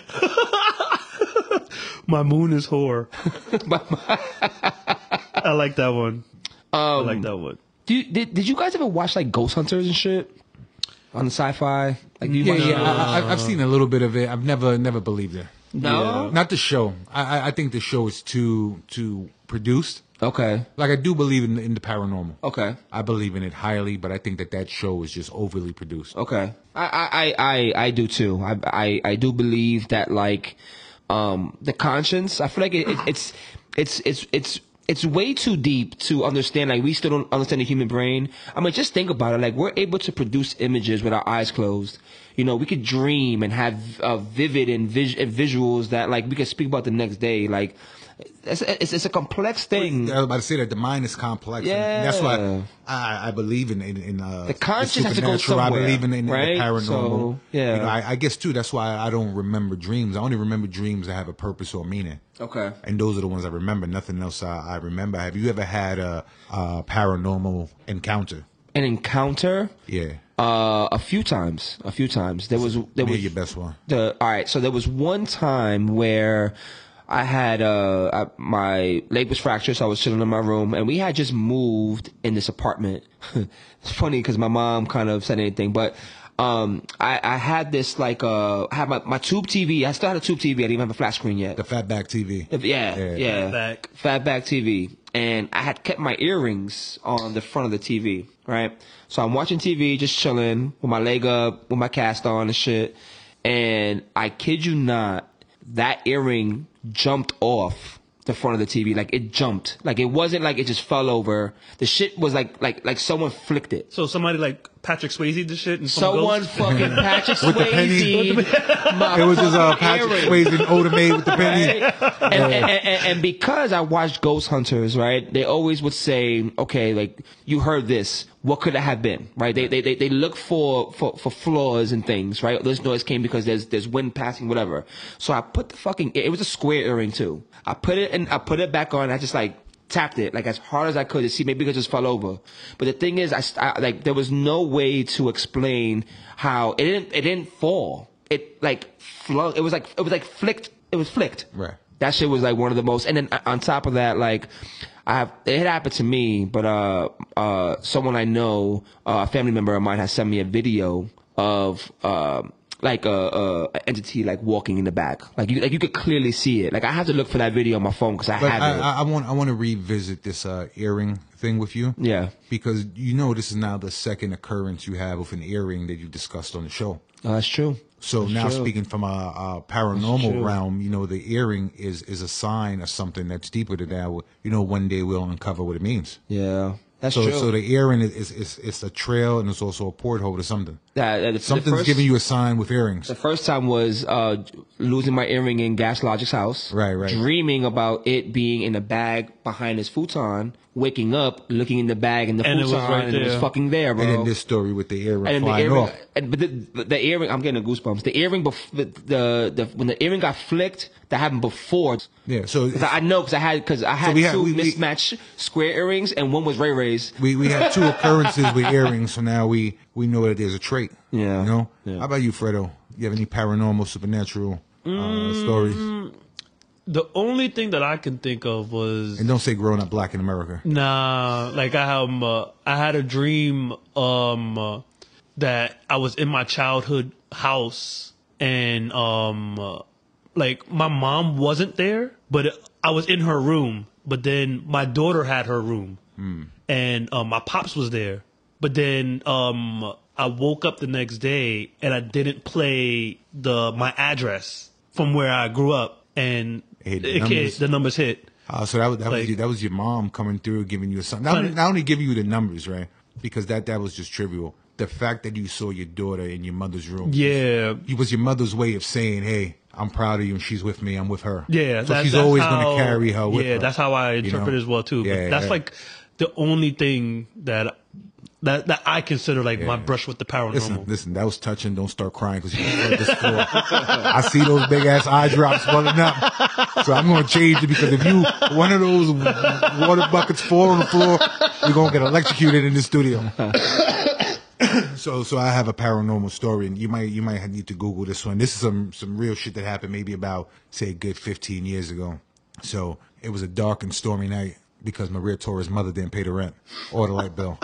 Speaker 4: My moon is whore. I like that one. I
Speaker 2: Um,
Speaker 4: like that one.
Speaker 2: Do you, did did you guys ever watch like Ghost Hunters and shit on the sci-fi? Like, do you
Speaker 3: Yeah, uh,
Speaker 2: watch
Speaker 3: yeah. I, I, I've seen a little bit of it. I've never, never believed it.
Speaker 2: No.
Speaker 3: Not the show. I, I- I think the show is too, too produced.
Speaker 2: Okay.
Speaker 3: Like I do believe in in the paranormal.
Speaker 2: Okay.
Speaker 3: I believe in it highly, but I think that that show is just overly produced.
Speaker 2: Okay. I I I, I, I do too. I, I I do believe that like um the conscience. I feel like it, it, it's it's it's it's it's way too deep to understand. Like we still don't understand the human brain. I mean, just think about it. Like we're able to produce images with our eyes closed. You know, we could dream and have uh, vivid and vis- and visuals that like we could speak about the next day. Like it's it's, it's a complex thing.
Speaker 3: I was about to say that the mind is complex. And that's
Speaker 2: Mm. Yeah.
Speaker 3: why I, I believe in in, in uh,
Speaker 2: The conscience has to go
Speaker 3: supernatural.
Speaker 2: somewhere,
Speaker 3: I believe in, in
Speaker 2: right?
Speaker 3: the paranormal.
Speaker 2: So, yeah.
Speaker 3: You know, I, I guess too. That's why I don't remember dreams. I only remember dreams that have a purpose or meaning.
Speaker 2: Okay.
Speaker 3: And those are the ones I remember. Nothing else I, I remember. Have you ever had a, a paranormal encounter?
Speaker 2: An encounter.
Speaker 3: Yeah.
Speaker 2: Uh, a few times, a few times. There was there
Speaker 3: Give me
Speaker 2: was
Speaker 3: your best one.
Speaker 2: the all right. So there was one time where I had uh I, my leg was fractured, so I was sitting in my room, and we had just moved in this apartment. it's funny because my mom kind of said anything, but um I I had this like uh I had my my tube TV. I still had a tube TV. I didn't even have a flat screen yet.
Speaker 3: The Fatback TV.
Speaker 2: If- yeah, yeah.
Speaker 3: Yeah.
Speaker 4: Fatback.
Speaker 2: Fatback TV. And I had kept my earrings on the front of the TV, right? So I'm watching TV, just chilling, with my leg up, with my cast on and shit. And I kid you not, that earring jumped off the front of the TV. Like it jumped. Like it wasn't like it just fell over. The shit was like like like someone flicked it.
Speaker 4: So somebody like Patrick Swayze the shit and some
Speaker 2: Someone
Speaker 4: ghost?
Speaker 2: fucking Patrick
Speaker 3: With the penny.
Speaker 2: Swayze. my
Speaker 3: It was just uh, Patrick
Speaker 2: earring.
Speaker 3: Swayze and Oda Mae with the penny.
Speaker 2: and, and, and, and- and because I watched Ghost Hunters, right, they always would say, okay, like you heard this, what could it have been, right? They they they, they look for, for for flaws and things, right? This noise came because there's there's wind passing, whatever. So I put the fucking it was a square earring too. I put it and I put it back on. And I just like tapped it like as hard as I could to see maybe it could just fall over. But the thing is, I, st- I like there was no way to explain how it didn't it didn't fall. It like flung. It was like it was like flicked. It was flicked.
Speaker 3: Right.
Speaker 2: That shit was like one of the most. And then uh, on top of that, like I have it had happened to me, but uh, uh, someone I know, uh, a family member of mine, has sent me a video of um like a, a a entity like walking in the back. Like you like you could clearly see it. Like I have to look for that video on my phone because I
Speaker 3: But
Speaker 2: have
Speaker 3: I,
Speaker 2: it.
Speaker 3: I, I want I want to revisit this uh, earring thing with you.
Speaker 2: Yeah.
Speaker 3: Because you know this is now the second occurrence you have with an earring that you discussed on the show.
Speaker 2: Oh, that's true.
Speaker 3: So now
Speaker 2: true.
Speaker 3: speaking from a, a
Speaker 2: true.
Speaker 3: paranormal realm, you know the earring is is a sign of something that's deeper than that. You know one day we'll uncover what it means.
Speaker 2: Yeah, that's
Speaker 3: So
Speaker 2: true.
Speaker 3: so the earring is, is is it's a trail and it's also a porthole to something.
Speaker 2: Yeah, yeah, the- the
Speaker 3: Something's
Speaker 2: first-
Speaker 3: giving you a sign with earrings.
Speaker 2: The first time was uh, losing my earring in Gas Logic's house.
Speaker 3: Right, right.
Speaker 2: Dreaming about it being in a bag behind his futon, waking up, looking in the bag, and the
Speaker 4: And it was
Speaker 2: futon,
Speaker 4: right
Speaker 2: and it was
Speaker 4: there.
Speaker 2: fucking there, bro.
Speaker 3: and then this story with the earring
Speaker 2: And then the
Speaker 3: flying
Speaker 2: earring,
Speaker 3: off.
Speaker 2: and, but the, but the earring, I'm getting the goosebumps. The earring, bef- the, the, the when the earring got flicked, that happened before.
Speaker 3: Yeah. So
Speaker 2: Cause I I know, cause I had, cause I had
Speaker 3: we had-
Speaker 2: two
Speaker 3: we- we-
Speaker 2: mismatched square earrings, and one was Ray Ray's.
Speaker 3: we we have two occurrences with earrings, so now we we know that there's a trait.
Speaker 2: Yeah.
Speaker 3: You know.
Speaker 2: Yeah.
Speaker 3: How about you, Fredo? You have any paranormal, supernatural uh,
Speaker 4: Mm.
Speaker 3: stories?
Speaker 4: The only thing that I can think of was
Speaker 3: And don't say growing up black in America.
Speaker 4: Nah, like I um, uh, I had a dream um uh, that I was in my childhood house and um uh, like my mom wasn't there, but I was in her room. But then my daughter had her room,
Speaker 3: Hmm.
Speaker 4: and um, my pops was there. But then um I woke up the next day and I didn't play the my address from where I grew up, and
Speaker 3: Hey, the
Speaker 4: it-
Speaker 3: numbers.
Speaker 4: the numbers hit.
Speaker 3: Uh, so that was that, was
Speaker 4: Like-
Speaker 3: your, that was your mom coming through, giving you a something. Not,
Speaker 4: But-
Speaker 3: not only giving you the numbers, right? Because that that was just trivial. The fact that you saw your daughter in your mother's room.
Speaker 4: Yeah,
Speaker 3: It was your mother's way of saying, "Hey, I'm proud of you, and she's with me. I'm with her."
Speaker 4: Yeah,
Speaker 3: so
Speaker 4: that-
Speaker 3: she's
Speaker 4: that's
Speaker 3: always
Speaker 4: how-
Speaker 3: going to carry her. With
Speaker 4: yeah,
Speaker 3: her,
Speaker 4: that's how I
Speaker 3: you know?
Speaker 4: interpret it as well too.
Speaker 3: Yeah,
Speaker 4: but that's
Speaker 3: yeah.
Speaker 4: like the only thing that that that I consider like my
Speaker 3: Yeah.
Speaker 4: brush with the paranormal.
Speaker 3: Listen, listen, that was touching. Don't start crying because you hurt this floor. I see those big ass eye drops welling up. So I'm going to change it because if you, one of those water buckets fall on the floor, you're going to get electrocuted in the studio. so, so I have a paranormal story and you might, you might need to Google this one. This is some, some real shit that happened maybe about, say, a good 15 years ago. So it was a dark and stormy night because Maria Torres' mother didn't pay the rent or the light bill.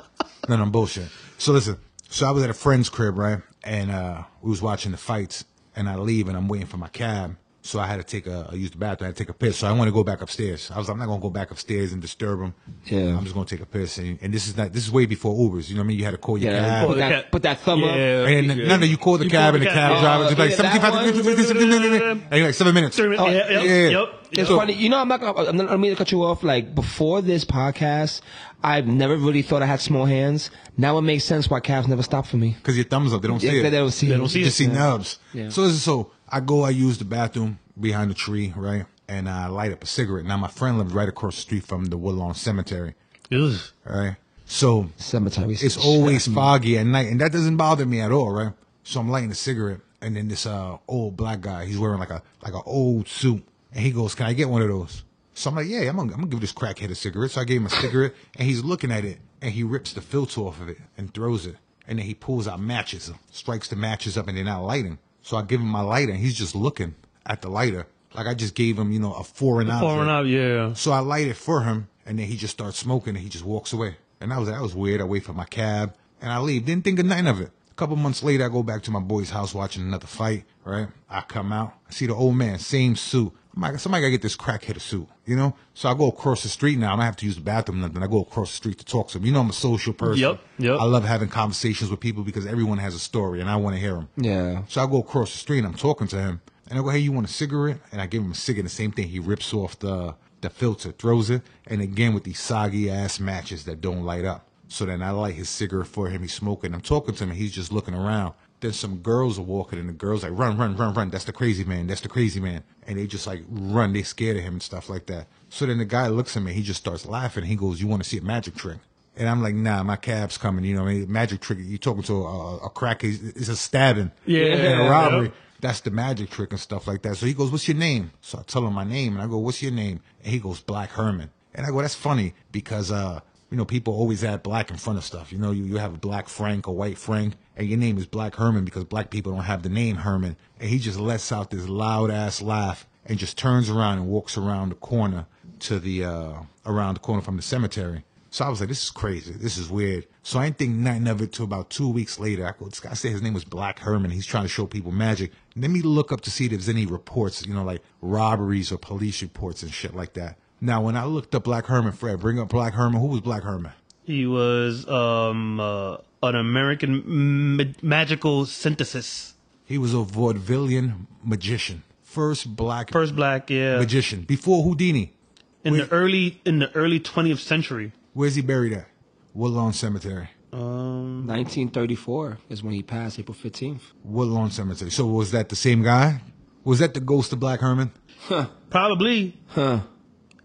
Speaker 3: None of bullshit. So listen, so I was at a friend's crib, right? And uh we was watching the fights and I leave and I'm waiting for my cab. So I had to take a, I used the bathroom, I had to take a piss. So I want to go back upstairs. I was like, I'm not going to go back upstairs and disturb him.
Speaker 2: Yeah.
Speaker 3: I'm just going to take a piss. And, and this is not, this is way before Ubers. You know what I mean? You had to call your
Speaker 2: Yeah,
Speaker 3: cab.
Speaker 2: put
Speaker 4: Okay.
Speaker 2: that, put that thumb up.
Speaker 3: And
Speaker 4: yeah.
Speaker 3: none of you call the
Speaker 4: You
Speaker 3: cab,
Speaker 4: call
Speaker 3: and the
Speaker 4: the
Speaker 3: cab
Speaker 4: cab.
Speaker 3: driver just
Speaker 2: Oh,
Speaker 3: like
Speaker 2: yeah, that
Speaker 3: 75
Speaker 4: one.
Speaker 3: and you're like seven minutes.
Speaker 4: Three minutes.
Speaker 2: Oh,
Speaker 4: yeah,
Speaker 3: yeah.
Speaker 4: yep,
Speaker 3: Yeah.
Speaker 4: yep,
Speaker 2: It's
Speaker 3: So-
Speaker 2: funny, you know. I'm not gonna. I'm not I don't mean to cut you off. Like before this podcast, I've never really thought I had small hands. Now it makes sense why calves never stop for me.
Speaker 3: Because your thumbs up, they don't
Speaker 2: Yeah,
Speaker 3: see it.
Speaker 2: they don't see They it. don't
Speaker 3: You
Speaker 4: see
Speaker 3: just
Speaker 4: it.
Speaker 3: see nubs.
Speaker 2: Yeah.
Speaker 3: So this is- so I go, I use the bathroom behind the tree, right, and I light up a cigarette. Now my friend lives right across the street from the Woodlawn Cemetery,
Speaker 4: Ugh.
Speaker 3: right. So
Speaker 2: Cemetery.
Speaker 3: it's always foggy at night, and that doesn't bother me at all, right? So I'm lighting a cigarette, and then this uh old black guy, he's wearing like a like an old suit, and he goes, "Can I get one of those?" So I'm like, "Yeah, I'm gonna, I'm gonna give this crackhead a cigarette." So I gave him a cigarette, and he's looking at it, and he rips the filter off of it and throws it, and then he pulls out matches, strikes the matches up, and they're not lighting. So I give him my lighter, and he's just looking at the lighter, like I just gave him, you know, a foreign object.
Speaker 4: Pouring out, yeah.
Speaker 3: So I light it for him, and then he just starts smoking, and he just walks away. And I was that was weird. I wait for my cab, and I leave. Didn't think of nothing of it. A couple months later, I go back to my boy's house watching another fight. Right, I come out, I see the old man, same suit. I'm like, somebody gotta get this crackhead a suit, you know. So I go across the street now. I don't have to use the bathroom, or nothing. I go across the street to talk to him. You know, I'm a social person.
Speaker 4: Yep, yep.
Speaker 3: I love having conversations with people because everyone has a story, and I want to hear them.
Speaker 2: Yeah.
Speaker 3: So I go across the street and I'm talking to him. And I go, hey, you want a cigarette? And I give him a cigarette. The same thing. He rips off the, the filter, throws it. And again, with these soggy ass matches that don't light up. So then I light his cigarette for him. He's smoking. I'm talking to him. And he's just looking around. Then some girls are walking and the girls like, run, run, run, run. That's the crazy man. That's the crazy man. And they just like run. They scared of him and stuff like that. So then the guy looks at me. He just starts laughing. He goes, you want to see a magic trick? And I'm like, nah, my cab's coming. You know, what I mean, magic trick. You're talking to a, a crack. It's it's a stabbing
Speaker 4: Yeah.
Speaker 3: and a robbery.
Speaker 4: Yep.
Speaker 3: That's the magic trick and stuff like that. So he goes, "What's your name?" So I tell him my name, and I go, "What's your name?" And he goes, "Black Herman." And I go, "That's funny because uh, you know people always add black in front of stuff. You know, you, you have a black Frank, a white Frank, and your name is Black Herman because black people don't have the name Herman." And he just lets out this loud ass laugh and just turns around and walks around the corner to the uh, around the corner from the cemetery. So I was like, this is crazy. This is weird. So I didn't think nothing of it till about two weeks later. I go, this guy said his name was Black Herman. He's trying to show people magic. Let me look up to see if there's any reports, you know, like robberies or police reports and shit like that. Now, when I looked up Black Herman, Fred, bring up Black Herman. Who was Black Herman?
Speaker 4: He was um, uh, an American ma- magical synthesis.
Speaker 3: He was a vaudevillian magician. First black
Speaker 4: First black, yeah.
Speaker 3: magician. Before Houdini.
Speaker 4: in
Speaker 3: wait.
Speaker 4: the early in the early 20th century.
Speaker 3: Where's he buried at? Woodlawn Cemetery.
Speaker 4: Um,
Speaker 2: 1934 is when he passed, April 15th.
Speaker 3: Woodlawn Cemetery. So was that the same guy? Was that the ghost of Black Herman?
Speaker 4: probably.
Speaker 2: Huh.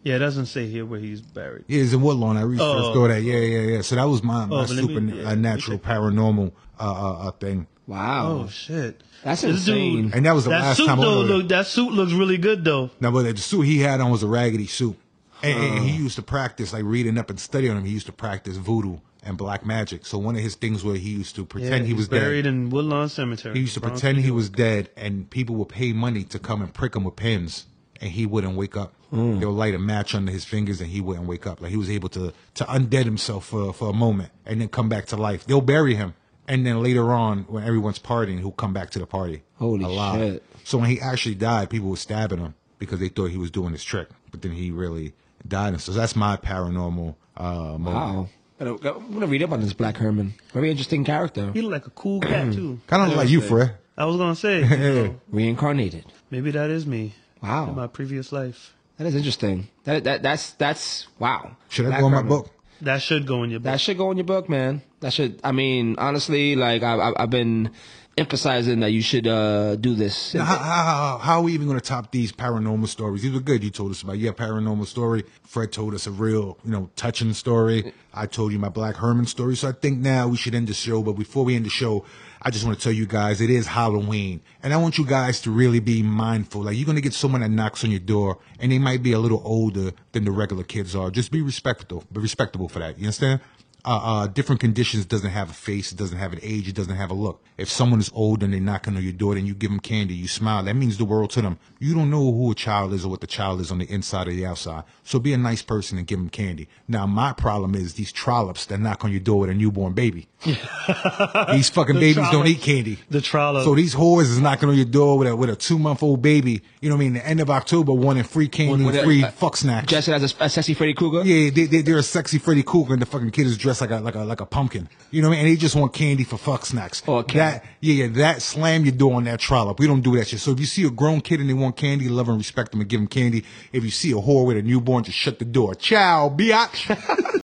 Speaker 4: Yeah, it doesn't say here where he's buried.
Speaker 3: Yeah, it's in Woodlawn. I researched
Speaker 4: Oh.
Speaker 3: all that. Yeah, yeah, yeah. So that was my, my
Speaker 4: but let me-
Speaker 3: super
Speaker 4: yeah,
Speaker 3: uh, natural
Speaker 4: let
Speaker 3: paranormal uh, uh, uh, thing.
Speaker 2: Wow.
Speaker 4: Oh shit,
Speaker 2: That's
Speaker 4: This
Speaker 2: insane.
Speaker 3: And that was the
Speaker 4: that
Speaker 3: last
Speaker 4: suit
Speaker 3: time I
Speaker 4: though,
Speaker 3: ordered.
Speaker 4: look, that suit looks really good though.
Speaker 3: Now, but the suit he had on was a raggedy suit. And, and
Speaker 4: Oh.
Speaker 3: he used to practice, like reading up and studying him, he used to practice voodoo and black magic. So one of his things where he used to pretend he
Speaker 4: he's
Speaker 3: was dead.
Speaker 4: buried in Woodlawn Cemetery.
Speaker 3: He used to
Speaker 4: Bronx,
Speaker 3: pretend
Speaker 4: New
Speaker 3: he
Speaker 4: York.
Speaker 3: was dead, and people would pay money to come and prick him with pins, and he wouldn't wake up.
Speaker 2: Hmm.
Speaker 3: They'll light a match under his fingers, and he wouldn't wake up. Like he was able to to undead himself for for a moment, and then come back to life. They'll bury him, and then later on, when everyone's partying, he'll come back to the party.
Speaker 2: Holy shit.
Speaker 3: So when he actually died, people were stabbing him because they thought he was doing his trick, but then he really died. And so that's my paranormal. Uh, moment.
Speaker 2: Wow. But I- I'm gonna read up on this Black Herman. Very interesting character.
Speaker 4: He looked like a cool cat too.
Speaker 3: Kind of like you, Fred.
Speaker 4: I was gonna say, you know,
Speaker 2: Reincarnated.
Speaker 4: maybe that is me
Speaker 3: Oh.
Speaker 4: in my
Speaker 2: Wow.
Speaker 4: previous life.
Speaker 2: That is interesting. That that that's that's wow.
Speaker 3: Should I
Speaker 2: Black
Speaker 3: go on my
Speaker 2: Herman.
Speaker 3: book?
Speaker 4: That should go in your
Speaker 2: That
Speaker 4: book.
Speaker 2: should go in your book, man. That should. I mean, honestly, like I, I, I've been emphasizing that you should uh, do this.
Speaker 3: Now, how, how, how- how are we even going to top these paranormal stories? These were good. You told us about your paranormal story. Fred told us a real, you know, touching story. I told you my Black Herman story. So I think now we should end the show. But before we end the show, I just want to tell you guys it is Halloween, and I want you guys to really be mindful. Like you're going to get someone that knocks on your door, and they might be a little older than the regular kids are. Just be respectful. Be respectable for that. You understand? uh, uh, different conditions doesn't have a face, it doesn't have an age, it doesn't have a look. If someone is old and they're knocking on your door and you give them candy, you smile, that means the world to them. You don't know who a child is or what the child is on the inside or the outside. So be a nice person and give them candy. Now, my problem is these trollops that knock on your door with a newborn baby. these fucking
Speaker 4: The
Speaker 3: babies don't
Speaker 4: trollops.
Speaker 3: eat candy.
Speaker 4: The trollops.
Speaker 3: So these whores is knocking on your door with a, with a two month old baby. You know what I mean? The end of October, wanting free candy
Speaker 2: With
Speaker 3: and
Speaker 2: a-
Speaker 3: free
Speaker 2: uh,
Speaker 3: fuck snacks.
Speaker 2: Just as a, a sexy Freddy Krueger.
Speaker 3: Yeah, they, they, they're a sexy Freddy Krueger, and the fucking kid is dressed like a like a like a pumpkin. You know what I mean? And they just want candy for fuck snacks.
Speaker 2: Or a cat.
Speaker 3: That yeah, yeah, that slam your door on that trollop. We don't do that shit. So if you see a grown kid and they want candy, love and respect them and give them candy. If you see a whore with a newborn, just shut the door. Ciao, biatch.